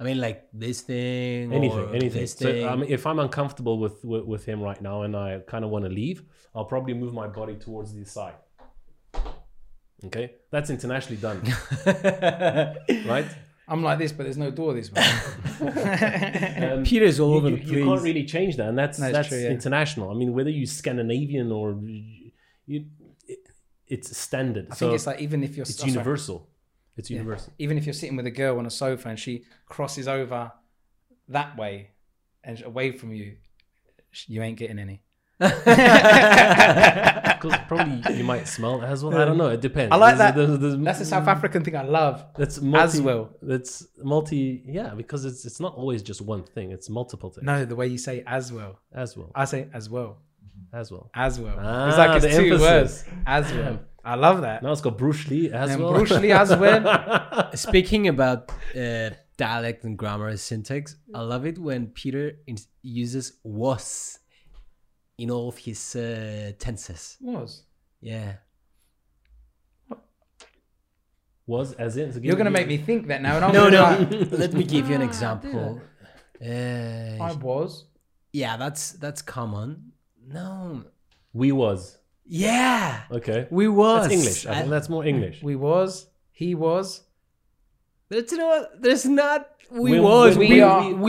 I mean, like this thing. Anything, or anything. This So thing. um, if I'm uncomfortable with, with with him right now and I kind of want to leave, I'll probably move my body towards the side. Okay, that's internationally done, right? I'm like this, but there's no door this way. Um, Peter's all you, over you- the you place. can't really change that, and that's No, it's that's true, yeah. international. I mean, whether you Scandinavian or you, it, it's standard. I so think it's like even if you're it's oh, sorry. universal. It's universal. even if you're sitting with a girl on a sofa and she crosses over that way and away from you, sh- you ain't getting any. Because probably you might smell as well. I don't know. It depends. I like that. That's that's a South African thing I love. That's multi, well. That's multi. Yeah, because it's it's not always just one thing. It's multiple things No, the way you say as well. as well. I say as well. As well. As well. it's Ah, like it's the two emphasis. words. As well. I love that. Now it's got Bruce Lee as and well. Bruce Lee as well. Speaking about uh, dialect and grammar and syntax, I love it when Peter in- uses was in all of his uh, tenses. Was. Yeah. was as in. so give You're gonna me- make me think that now. And I'm No, gonna no. be like, Let me give you an Ah, example. I Uh, was. yeah, that's that's common. No, We was. Yeah, Okay. we was. That's English. I think Uh, that's more English. We was. He was. There's no. There's not. We, When- was. when We, we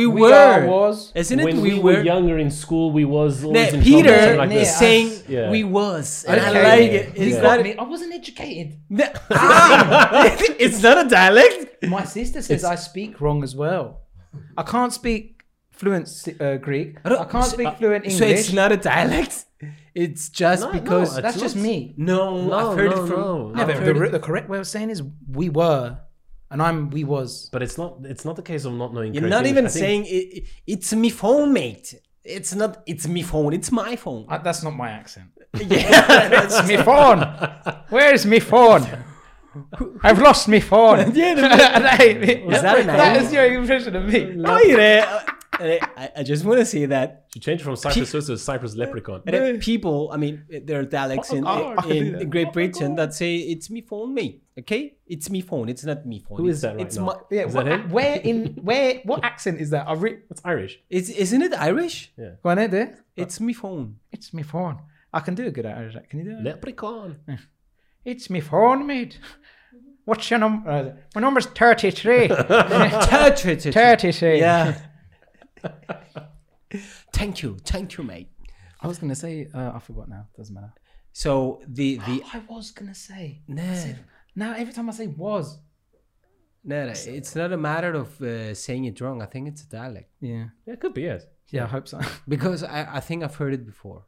we, are- are, were. was. Isn't it? when we, were, younger in school, we was Nah, always in trouble, Peter something like is this. saying Yeah. we was, and Okay. I like it. Yeah. It's You not. I wasn't educated. Nah, ah, it's not a dialect. My sister says I speak wrong as well. I can't speak fluent si- uh, Greek. I, uh, don't- can't so- speak fluent English. Uh, So it's not a dialect. It's just No, no, because. it's That's just not. me. No, No, I've heard no, it from. no, I've no. The, heard re- it- the correct way of saying is we were, and I'm we was. But it's not. It's not the case of not knowing. You're correct not English. even I think- saying it, it- it's me phone, mate. It's not. It's me phone. It's my phone. I, that's not my accent. yeah, that's It's me phone. Where is me phone? I've lost me phone. Yeah, the- Is that an accent? your impression of me. Oye, uh, I, I just want to say that You change from Cyprus Swiss to Cyprus Leprechaun. that people, I mean, there are dialects in, Oh, God. in, Great Britain that say it's me phone, mate. Okay, it's me phone. It's not me phone. Who is It's- that right it's now? My, Yeah, Is that what, him? where in where what accent is that? I re- It's Irish. it's, isn't it Irish? go on, Ed, eh? It's me phone. It's me phone. I can do a good Irish accent. Can you do it? Leprechaun. It's me phone, mate. What's your number? my number's thirty-three. thirty-three. Yeah. thank you, thank you, mate. I was gonna say uh, I forgot now. Doesn't matter. So the the I was gonna say. nah, Now every time I say was. nah, nah, it's not a matter of uh, saying it wrong. I think it's a dialect Yeah. Yeah, it could be yes. Yeah, I hope so. because I, I think I've heard it before.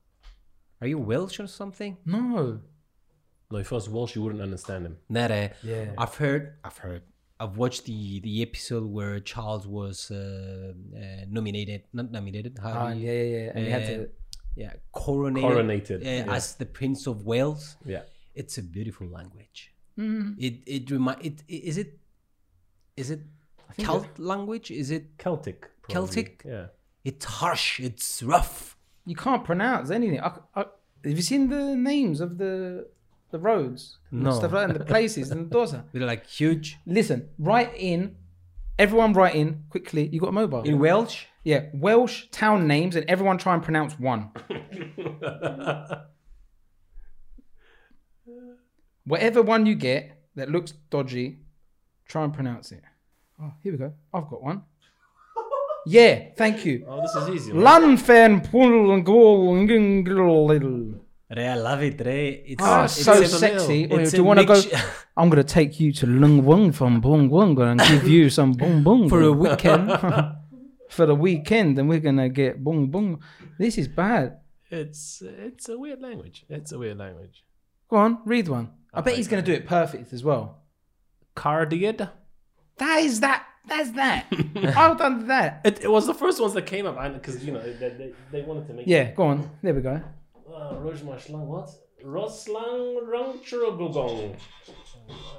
Are you Welsh or something? no. No, if I was Welsh, you wouldn't understand him. Nah, nah. Yeah. I've heard. I've heard. I've watched the the episode where Charles was uh, uh, nominated, not nominated. How Ah, do you- yeah, yeah, yeah. And you had Yeah. to. yeah, coronated, Coronated, uh, yeah. as the Prince of Wales. Yeah. It's a beautiful language. It it remind it i- is it is it Celt language? Is it Celtic. probably. Celtic? Yeah. it's harsh, it's rough. You can't pronounce anything. I, I, have you seen the names of the the roads? and No. Stuff like that, and the places and the dosa. They're like huge. Listen, write in. Everyone write in quickly. You got a mobile. In Welsh? yeah, Welsh town names, and everyone try and pronounce one. Whatever one you get that looks dodgy, try and pronounce it. Oh, here we go. I've got one. Yeah, thank you. Oh, this is easy. man. Lanfenpulgul. Re, I love it, Re. It's, Oh, Ah, it's so a- sexy. Or it's do you a want to go? mixture- I'm going to take you to Lung Wung from Bung Wung and give you some Bung Bung for a weekend. for the weekend, and we're going to get Bung Bung. This is bad. It's it's a weird language. It's a weird language. Go on, read one. I bet he's going to do it perfect as well. Cardigid. That is that. That's that. I've done that. It, it was the first ones that came up because you know they, they, they wanted to make. Yeah, go on. There we go. Uh, Rojmashlang, what? Roslang Rangchurogogong.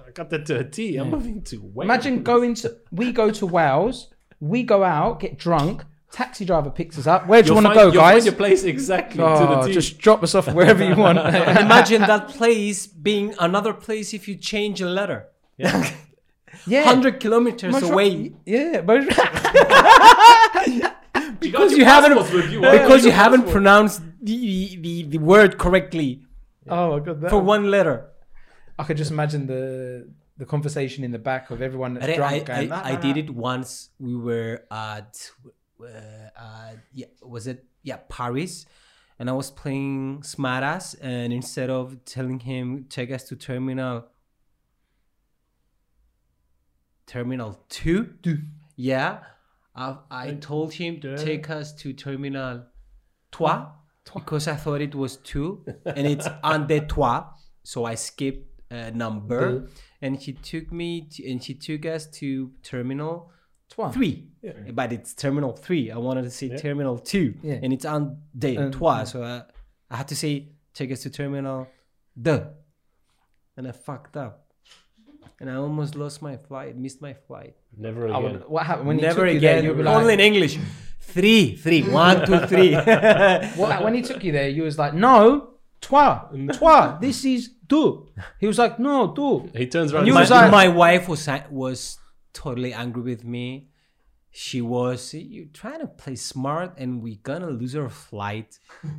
I got that to a T. I'm moving to Wales. Imagine going to we go to Wales, we go out, get drunk, taxi driver picks us up. Where do you You'll want to find- go, you'll find guys? your place exactly Oh, to the T. just drop us off wherever you want. Imagine that place being another place if you change a letter. yeah. 100 kilometers Most- away. Yeah, most- because you haven't- Because you have haven't pronounced the, the, the word correctly oh my god, that for one letter. I could just imagine the the conversation in the back of everyone that's I, I, drunk. I, going, "Nah, I nah, did nah." it once. We were at, uh, uh, yeah, was it? Yeah, Paris. And I was playing Smartass. And instead of telling him, take us to terminal, terminal two. Yeah. I, I told him, deux. take us to terminal trois. Because I thought it was two and it's under trois. So I skipped a number and she took me to, and she took us to terminal Twa. three. But it's terminal three. I wanted to say terminal two. Yeah. And it's on day Um, trois. So I, I had to say take us to terminal the. And I fucked up. And I almost lost my flight, missed my flight. Never I again. would- what happened when Never he took you there? again. You were Only in like, English. Three, three, one, two, three. what, when he took you there, you was like, no, twa, twa. This is do. He was like, no, do. He turns around. You and my, was like- my wife was was totally angry with me. she was you trying to play smart and we're gonna lose our flight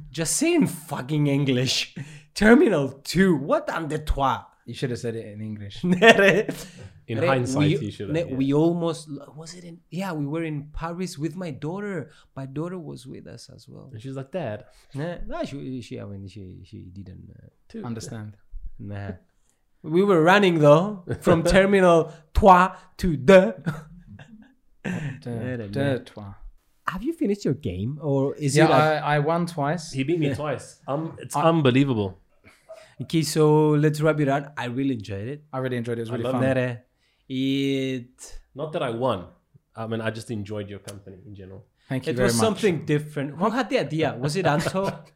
just say in fucking english terminal 2 what on the trois You should have said it in English. in In hindsight, we, you should. ne- have, yeah. we almost was it in yeah we were in paris with my daughter my daughter was with us as well And she's like, Dad, nah, no, she, she i mean she she didn't uh, too. Understand. nah we were running though from terminal 3 to the Deux, Really, deux, trois. have you finished your game or is Yeah, it like- I, I won twice. He beat me twice. Um, it's unbelievable. Okay, so let's wrap it up. I really enjoyed it. I really enjoyed it. It was really love fun. Nere, it Not that I won. I mean, I just enjoyed your company in general. Thank you it very was much. something different. Who had the idea? Was it Anto? It-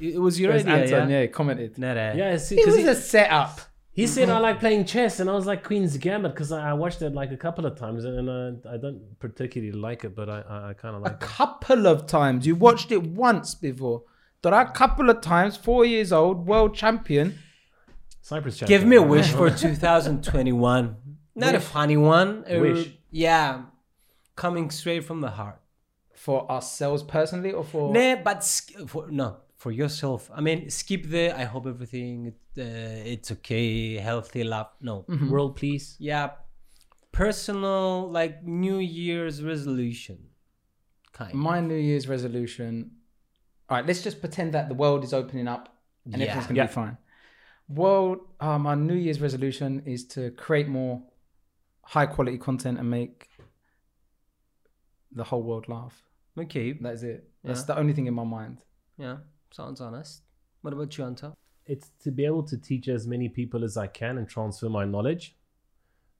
it was your It was idea, Anton, yeah. yeah, he commented. Nere. Yeah, see, It 'cause was he, a setup. he said Mm-hmm. I like playing chess, and I was like Queen's Gambit because I, I watched it like a couple of times, and uh, I don't particularly like it, but I I, I kind of A like. it. couple of times. You watched it once before. But a couple of times, four years old, world champion. Cypress Mm-hmm. Champion. Give me a wish for 2021. Not a funny one. a- Wish. Yeah, coming straight from the heart. For ourselves personally or for Nah, but sk- for, no, for yourself. I mean, skip the. I hope everything uh, it's okay, healthy, love. No, world peace. yeah, personal like New Year's resolution, kind. my New Year's resolution? All right, let's just pretend that the world is opening up and Yeah. everything's going to Yeah. be fine. World, uh, my New Year's resolution is to create more high quality content and make the whole world laugh. okay, That is it. That's the only thing in my mind. yeah, sounds honest. What about you, Anta? It's to be able to teach as many people as I can and transfer my knowledge,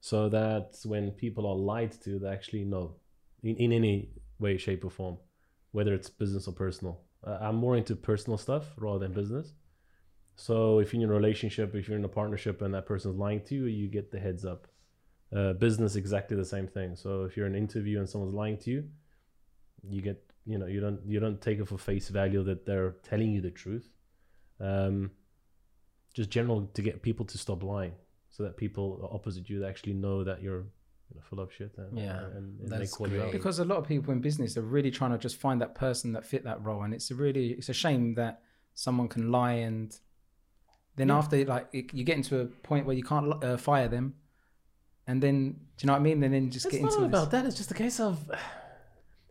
so that when people are lied to, they actually know, in, in any way, shape, or form, whether it's business or personal. Uh, I'm more into personal stuff rather than business. So if you're in a relationship, if you're in a partnership, and that person's lying to you, you get the heads up. Uh, business exactly the same thing. So if you're in an interview and someone's lying to you, you get you know you don't you don't take it for face value that they're telling you the truth um, just general to get people to stop lying so that people opposite you actually know that you're you know, full of shit and, Yeah, and, and they that's call you out. great. because a lot of people in business are really trying to just find that person that fit that role and it's a really it's a shame that someone can lie and then after like it, you get into a point where you can't li- uh, fire them and then do you know what i mean and then you just It's get into not this. about that. It's just a case of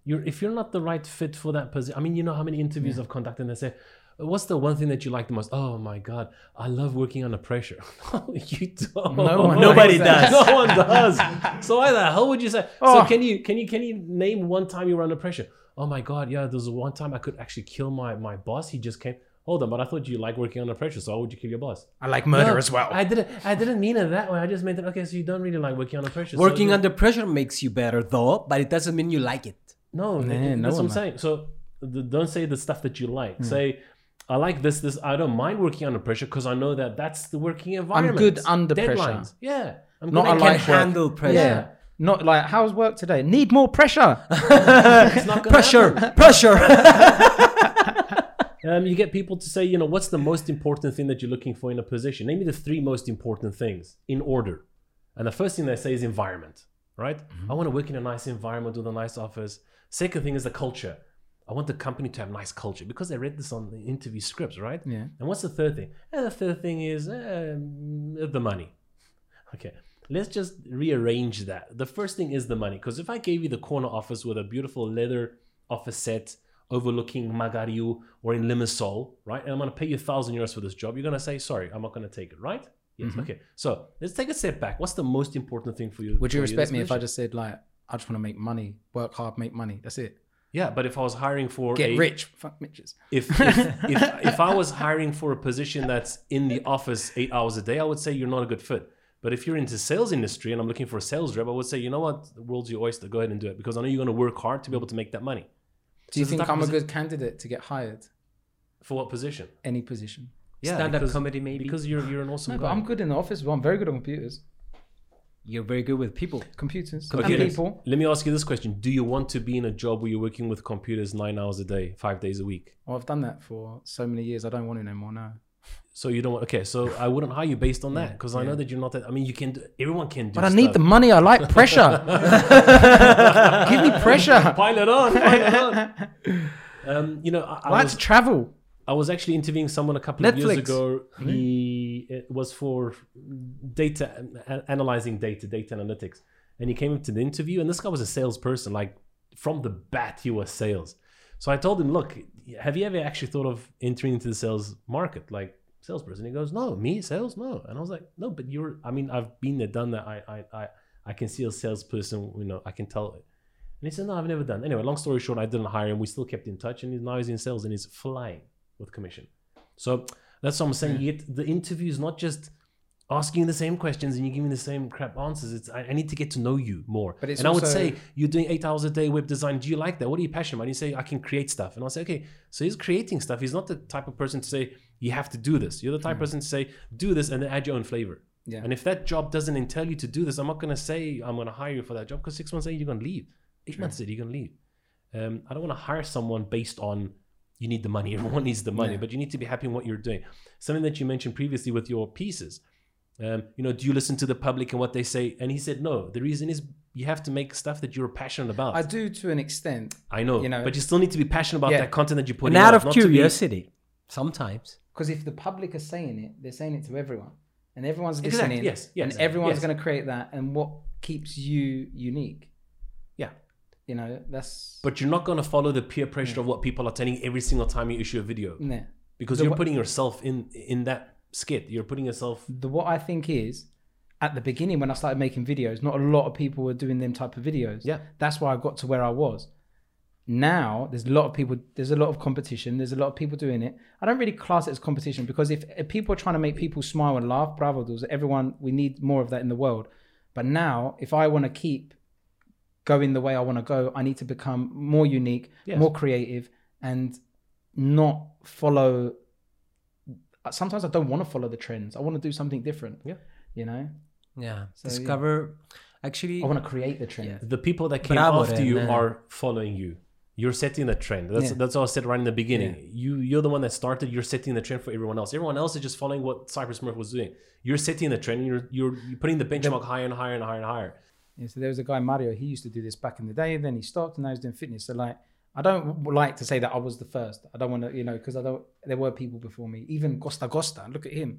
you're if you're not the right fit for that position. I mean, you know how many interviews I've conducted and they say, "What's the one thing that you like the most?" Oh my god, I love working under pressure. no, you don't. No one Nobody likes that. no one does. So why the hell would you say? Oh. So can you can you can you name one time you were under pressure? Oh my god, yeah. There was one time I could actually kill my my boss. He just came. Hold on, but I thought you like working under pressure. So why would you kill your boss? i like murder No, as well I didn't. I didn't mean it that way. I just meant it. Okay, so you don't really like working under pressure. so Working you- under pressure makes you better, though, but it doesn't mean you like it. No, Nah, th- no that's what one Hmm. I'm saying. So th- don't say the stuff that you like. Say, I like this, this. I don't mind working under pressure because I know that that's the working environment. good under pressure. Deadlines. Yeah. I'm Not good I at- like can work. handle pressure. yeah not like how's work today need more pressure it's not gonna Pressure, pressure. Um, you get people to say, you know, what's the most important thing that you're looking for in a position? Name me the three most important things in order. And the first thing they say is environment, right? Mm-hmm. I want to work in a nice environment with a nice office. Second thing is the culture. I want the company to have nice culture because they read this on the interview scripts, right? Yeah. And what's the third thing? And the third thing is um, the money. Okay. Let's just rearrange that. The first thing is the money. Because if I gave you the corner office with a beautiful leather office set overlooking Magariu or in Limassol, right? And I'm going to pay you 1,000 euros for this job, you're going to say, sorry, I'm not going to take it, right? Yes. Mm-hmm. Okay. So let's take a step back. What's the most important thing for you? would for in you respect this me if i position? just said like i just want to make money work hard make money that's it Yeah, but if I was hiring for get a, rich fuck mitches if if, if if I was hiring for a position that's in the office eight hours a day, I would say you're not a good fit. But if you're into sales industry and I'm looking for a sales rep, I would say, you know what, the world's your oyster. Go ahead and do it because I know you're going to work hard to Mm. be able to make that money. do you So the think type i'm a of good candidate to get hired For what position? any position Stand-up because- comedy, maybe. Because you're you're an awesome No, but guy. I'm good in the office. as Well, I'm very good on computers, You're very good with people. computers, Computers. and people. Let me ask you this question: Do you want to be in a job where you're working with computers nine hours a day, five days a week? Oh, I've done that for so many years. I don't want to no more. No, So you don't want okay. So I wouldn't hire you based on that because I know that you're not. That, I mean, you can. do- Everyone can do. But I need the stuff. money. I like pressure. Give me pressure. Pile it on. Pile it on. Um, you know, I, I I like was to travel. I was actually interviewing someone a couple of years Netflix. ago. He it was for data an- an- analyzing data, data analytics, and he came to the interview. And this guy was a salesperson, like from the bat, he was sales. So I told him, "Look, have you ever actually thought of entering into the sales market, like salesperson?" He goes, "No, me sales, no." And I was like, "No, but you're. I mean, I've been there, done that. I, I, I, I can see a salesperson. You know, I can tell it." And he said, "No, I've never done." Anyway, long story short, I didn't hire him. We still kept in touch, and he's- now he's in sales and he's flying with commission. So that's what I'm saying. You get the interview is not just asking the same questions and you giving the same crap answers. It's I, I need to get to know you more. But it's and I would also- say you're doing eight hours a day web design. Do you like that? What are you passionate about? And you say I can create stuff, and I'll say okay. So he's creating stuff. He's not the type of person to say you have to do this. You're the Mm. type of person to say do this and then add your own flavor. Yeah. And if that job doesn't entail you to do this, I'm not going to say I'm going to hire you for that job because six months later you're going to leave. Eight months later you're going to leave. Um, I don't want to hire someone based on you need the money. Everyone needs the money, but you need to be happy in what you're doing. Something that you mentioned previously with your pieces. Um, you know, do you listen to the public and what they say? And he said, no. The reason is you have to make stuff that you're passionate about. I I, do to an extent know, you know- but you still need to be passionate about Yeah. that content that you put And in. out of not to be- curiosity, sometimes. because if the public are saying it, they're saying it to everyone, and everyone's Exactly, listening. yes, yes, and everyone's yes. going to create that. And what keeps you unique? Yeah. You know, that's But you're not going to follow the peer pressure Mm. of what people are telling you every single time you issue a video. Yeah. because The you're wha- putting yourself in in that skit you're putting yourself the what I think is at the beginning when I started making videos, not a lot of people were doing them type of videos. Yeah. That's why I got to where I was. Now there's a lot of people there's a lot of competition, there's a lot of people doing it. I don't really class it as competition because if, if people are trying to make people smile and laugh, bravo those everyone we need more of that in the world. But now if I want to keep going the way I want to go, I need to become more unique, Yes. more creative and not follow sometimes I don't want to follow the trends. I want to do something different. Yeah. You know, Yeah. So, yeah. Discover. Actually, I want to create the trend. the people that came Bravo after then, you yeah. are following you you're setting the trend that's Yeah. that's what i said right in the beginning you you're the one that started you're setting the trend for everyone else everyone else is just following what cypress Murph was doing you're setting the trend you're you're, you're putting the benchmark higher and higher and higher and higher Yeah, so there was a guy Mario. He used to do this back in the day. Then he stopped, and now he's doing fitness. So like, I don't w- like to say that I was the first. I don't want to, you know, because I don't. There were people before me. Even Costa Costa. Look at him.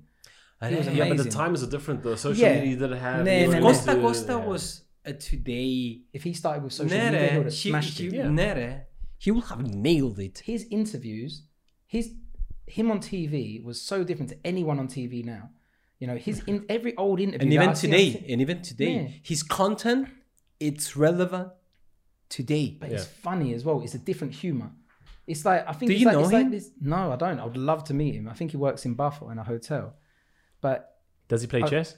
I He was don't- yeah but the Amazing. times are different though social Yeah. media didn't have No, you no, were no. used Costa to- Costa yeah. was a today. If he started with social media, he would Nere, have he, smashed he, it. Yeah. Nere, he will have nailed it. His interviews, his him on TV was so different to anyone on TV now. You know, his in every old interview. And that I even see on today, Tik- and even today, Yeah. his content, it's relevant today. but it's funny as well. It's a different humor. It's like I think. Do it's you like, know it's like him? this, no, I don't. I would love to meet him. I think he works in Buffalo in a hotel, but does he Uh, play chess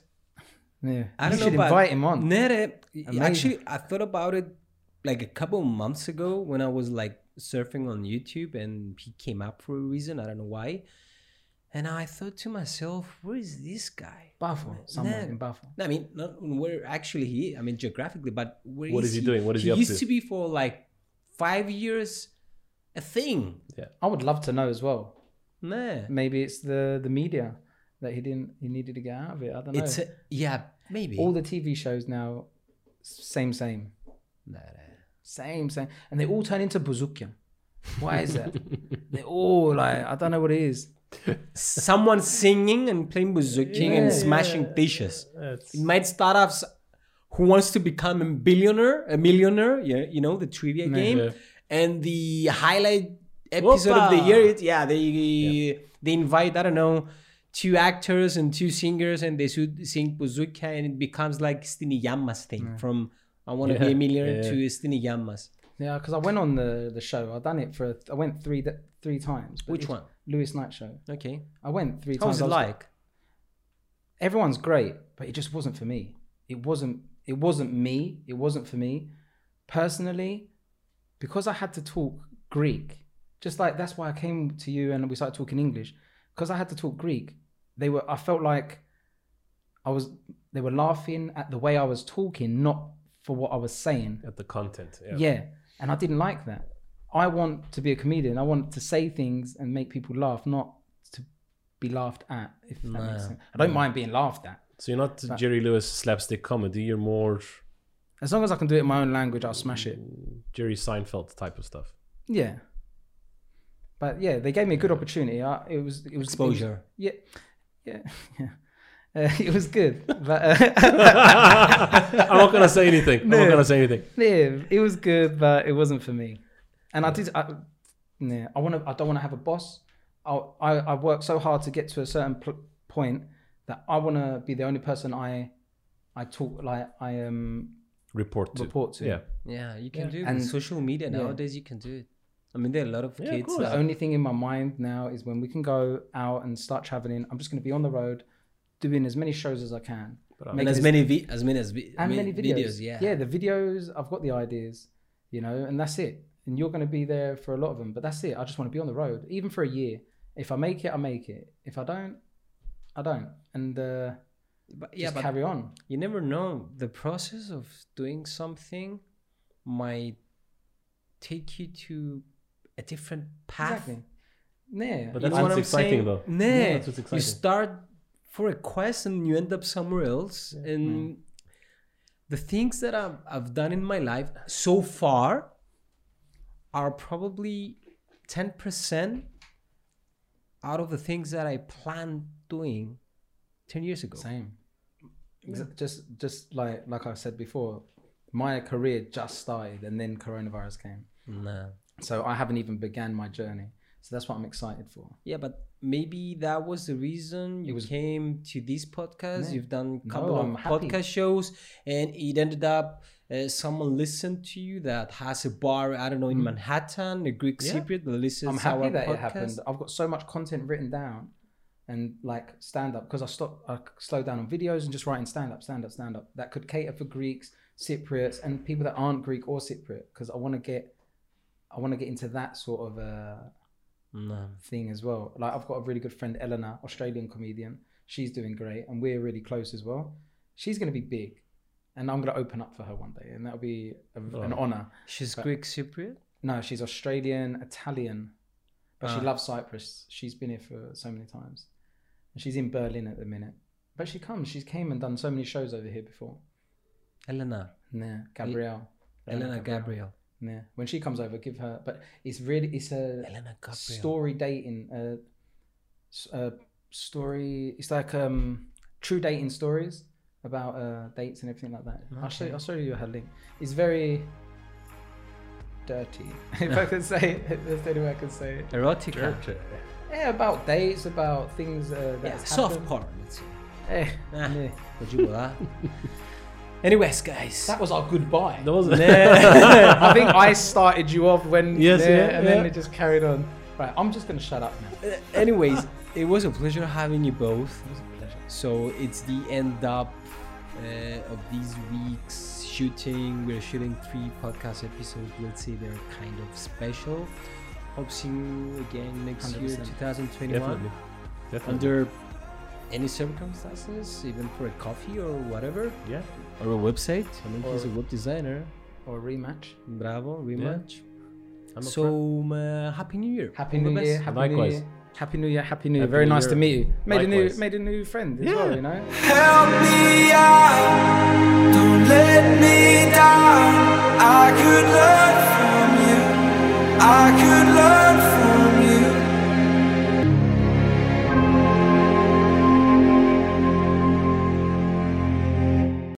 yeah, I you don't should know, but invite him on. Nere, Amazing. actually, I thought about it like a couple of months ago when I was like surfing on YouTube and he came up for a reason. I don't know why. And I thought to myself, where is this guy? Buffalo, somewhere Nere. in Buffalo. No, I mean, not where actually he. is. I mean, geographically, but where What is is he doing? What is he up used to? to be for like five years, a thing. I would love to know as well. Nah, Mm. Maybe it's the the media that he didn't he needed to get out of it. I don't know. it's a, yeah, maybe. all the TV shows now, same same Nere. same same, and they all turn into bazooka. Why is that? they all like I don't know what it is. Someone singing and playing bazooka and smashing dishes. It might start off. s- Who wants to become a billionaire? A millionaire? Yeah, you know the trivia game, and the highlight episode of the Opa. year. It, yeah, they they invite I don't know two actors and two singers, and they should sing bazooka, and it becomes like Stini Yammas thing from I want to be a Yeah, millionaire yeah. to Stini Yammas. Yeah, because I went on the the show. I done it for I went three d- three times. but Which it's one? Lewis Knight show. Okay, I went three how times. was I it like? Everyone's great, but it just wasn't for me. It wasn't. It wasn't me. It wasn't for me personally, because I had to talk Greek. Just like that's why I came to you and we started talking English, because I had to talk Greek. They were. I felt like I was. They were laughing at the way I was talking, not for what I was saying. at the content yeah, Yeah. And I didn't like that. I want to be a comedian. I want to say things and make people laugh, not to be laughed at. If that No. makes sense. I don't mind being laughed at. So you're not Uh, Jerry Lewis slapstick comedy. You're more As long as I can do it in my own language, I'll smash it. Jerry Seinfeld type of stuff. Yeah. But yeah, they gave me a good opportunity. I, it was it was Exposure. yeah, yeah, yeah. Uh, it was good, but uh, I'm not gonna say anything. I'm not gonna say anything. yeah, it was good, but it wasn't for me. And I did. I, yeah, I want to. I don't want to have a boss. I I, I work so hard to get to a certain pl- point that I want to be the only person I I talk like I um Report to. report to. Yeah. Yeah, you can do it. And- with social media yeah. nowadays, you can do it. I mean, there are a lot of Yeah, of kids. course. The that- only thing in my mind now is when we can go out and start traveling. I'm just going to be on the road, doing as many shows as I can. But I Make and as this- many vi- as many as vi- and mi- many videos. Yeah. yeah, the videos. I've got the ideas, you know, and that's it. And you're going to be there for a lot of them, but that's it. I just want to be on the road, even for a year. If I make it, I make it. If I don't, I don't, and uh, But, yeah, yeah, just but carry on. you never know. The process of doing something might take you to a different path. Exactly. Yeah, But You that's know what what's I'm exciting, saying? though. Nah, That's what's you exciting. start for a quest and you end up somewhere else. And the things that I've, I've done in my life so far are probably 10% out of the things that I planned doing 10 years ago. same. Exa- Just, just like like I said before, my career just started, and then coronavirus came. Nah. So I haven't even began my journey. So that's what I'm excited for. Yeah, but maybe that was the reason you was- came to this podcast. No. You've done a No, couple I'm of happy. podcast shows, and it ended up uh, someone listened to you that has a bar. I don't know in Manhattan, a Greek Yeah. Cypriot that listens. Hmm. I'm happy our that it podcast. happened. I've got so much content written down and like stand up because I stopped, I slowed down on videos and just writing stand up, stand up, stand up. That could cater for Greeks, Cypriots, and people that aren't Greek or Cypriot because I want to get, I want to get into that sort of uh, No. thing as well. Like I've got a really good friend Eleanor, Australian comedian. She's doing great, and we're really close as well. She's going to be big, and I'm going to open up for her one day, and that'll be a, an Oh. honor. She's But- Greek Cypriot. No, she's Australian, Italian, but she Ah. loves Cyprus. She's been here for so many times. And she's in Berlin at the minute. But she comes, she came and done so many shows over here before. Elena, Yeah, Gabrielle. Elena Gabriel, Yeah. When she comes over, give her. But it's really, it's a Elena Gabriel. story dating, uh, s- uh, story. It's like um, true dating stories about uh, dates and everything like that. I'll show, I'll show you her link. It's very dirty, if I can say it. That's the only way I can say it. Erotica. Yeah, about dates, about things uh, that Yeah, has soft happened. porn. Let's say. Eh, Ah. yeah. Would you uh? Anyways, guys. That was our goodbye. That was I think I started you off when Yes, yeah, yeah, and then yeah. it just carried on. Right, I'm just gonna shut up now. Uh, anyways, it was a pleasure having you both. pleasure. So it's the end up uh, of these weeks shooting. We're shooting three podcast episodes. Let's say they're kind of special. Hope seeing you again next year, 100%. 2021, Definitely. Definitely. under any circumstances, even for a coffee or whatever, Yeah. or a website. I mean, he's a Or- web designer. Or a rematch. Bravo, rematch. I'm up for it. So uh, happy New Year. Happy All the New best. Year. Happy Likewise. New Year. Happy New Year. Happy New Year. Happy Very New nice Year. to meet you. Made a new Likewise. made a new friend as Yeah. well, you know. Help me out.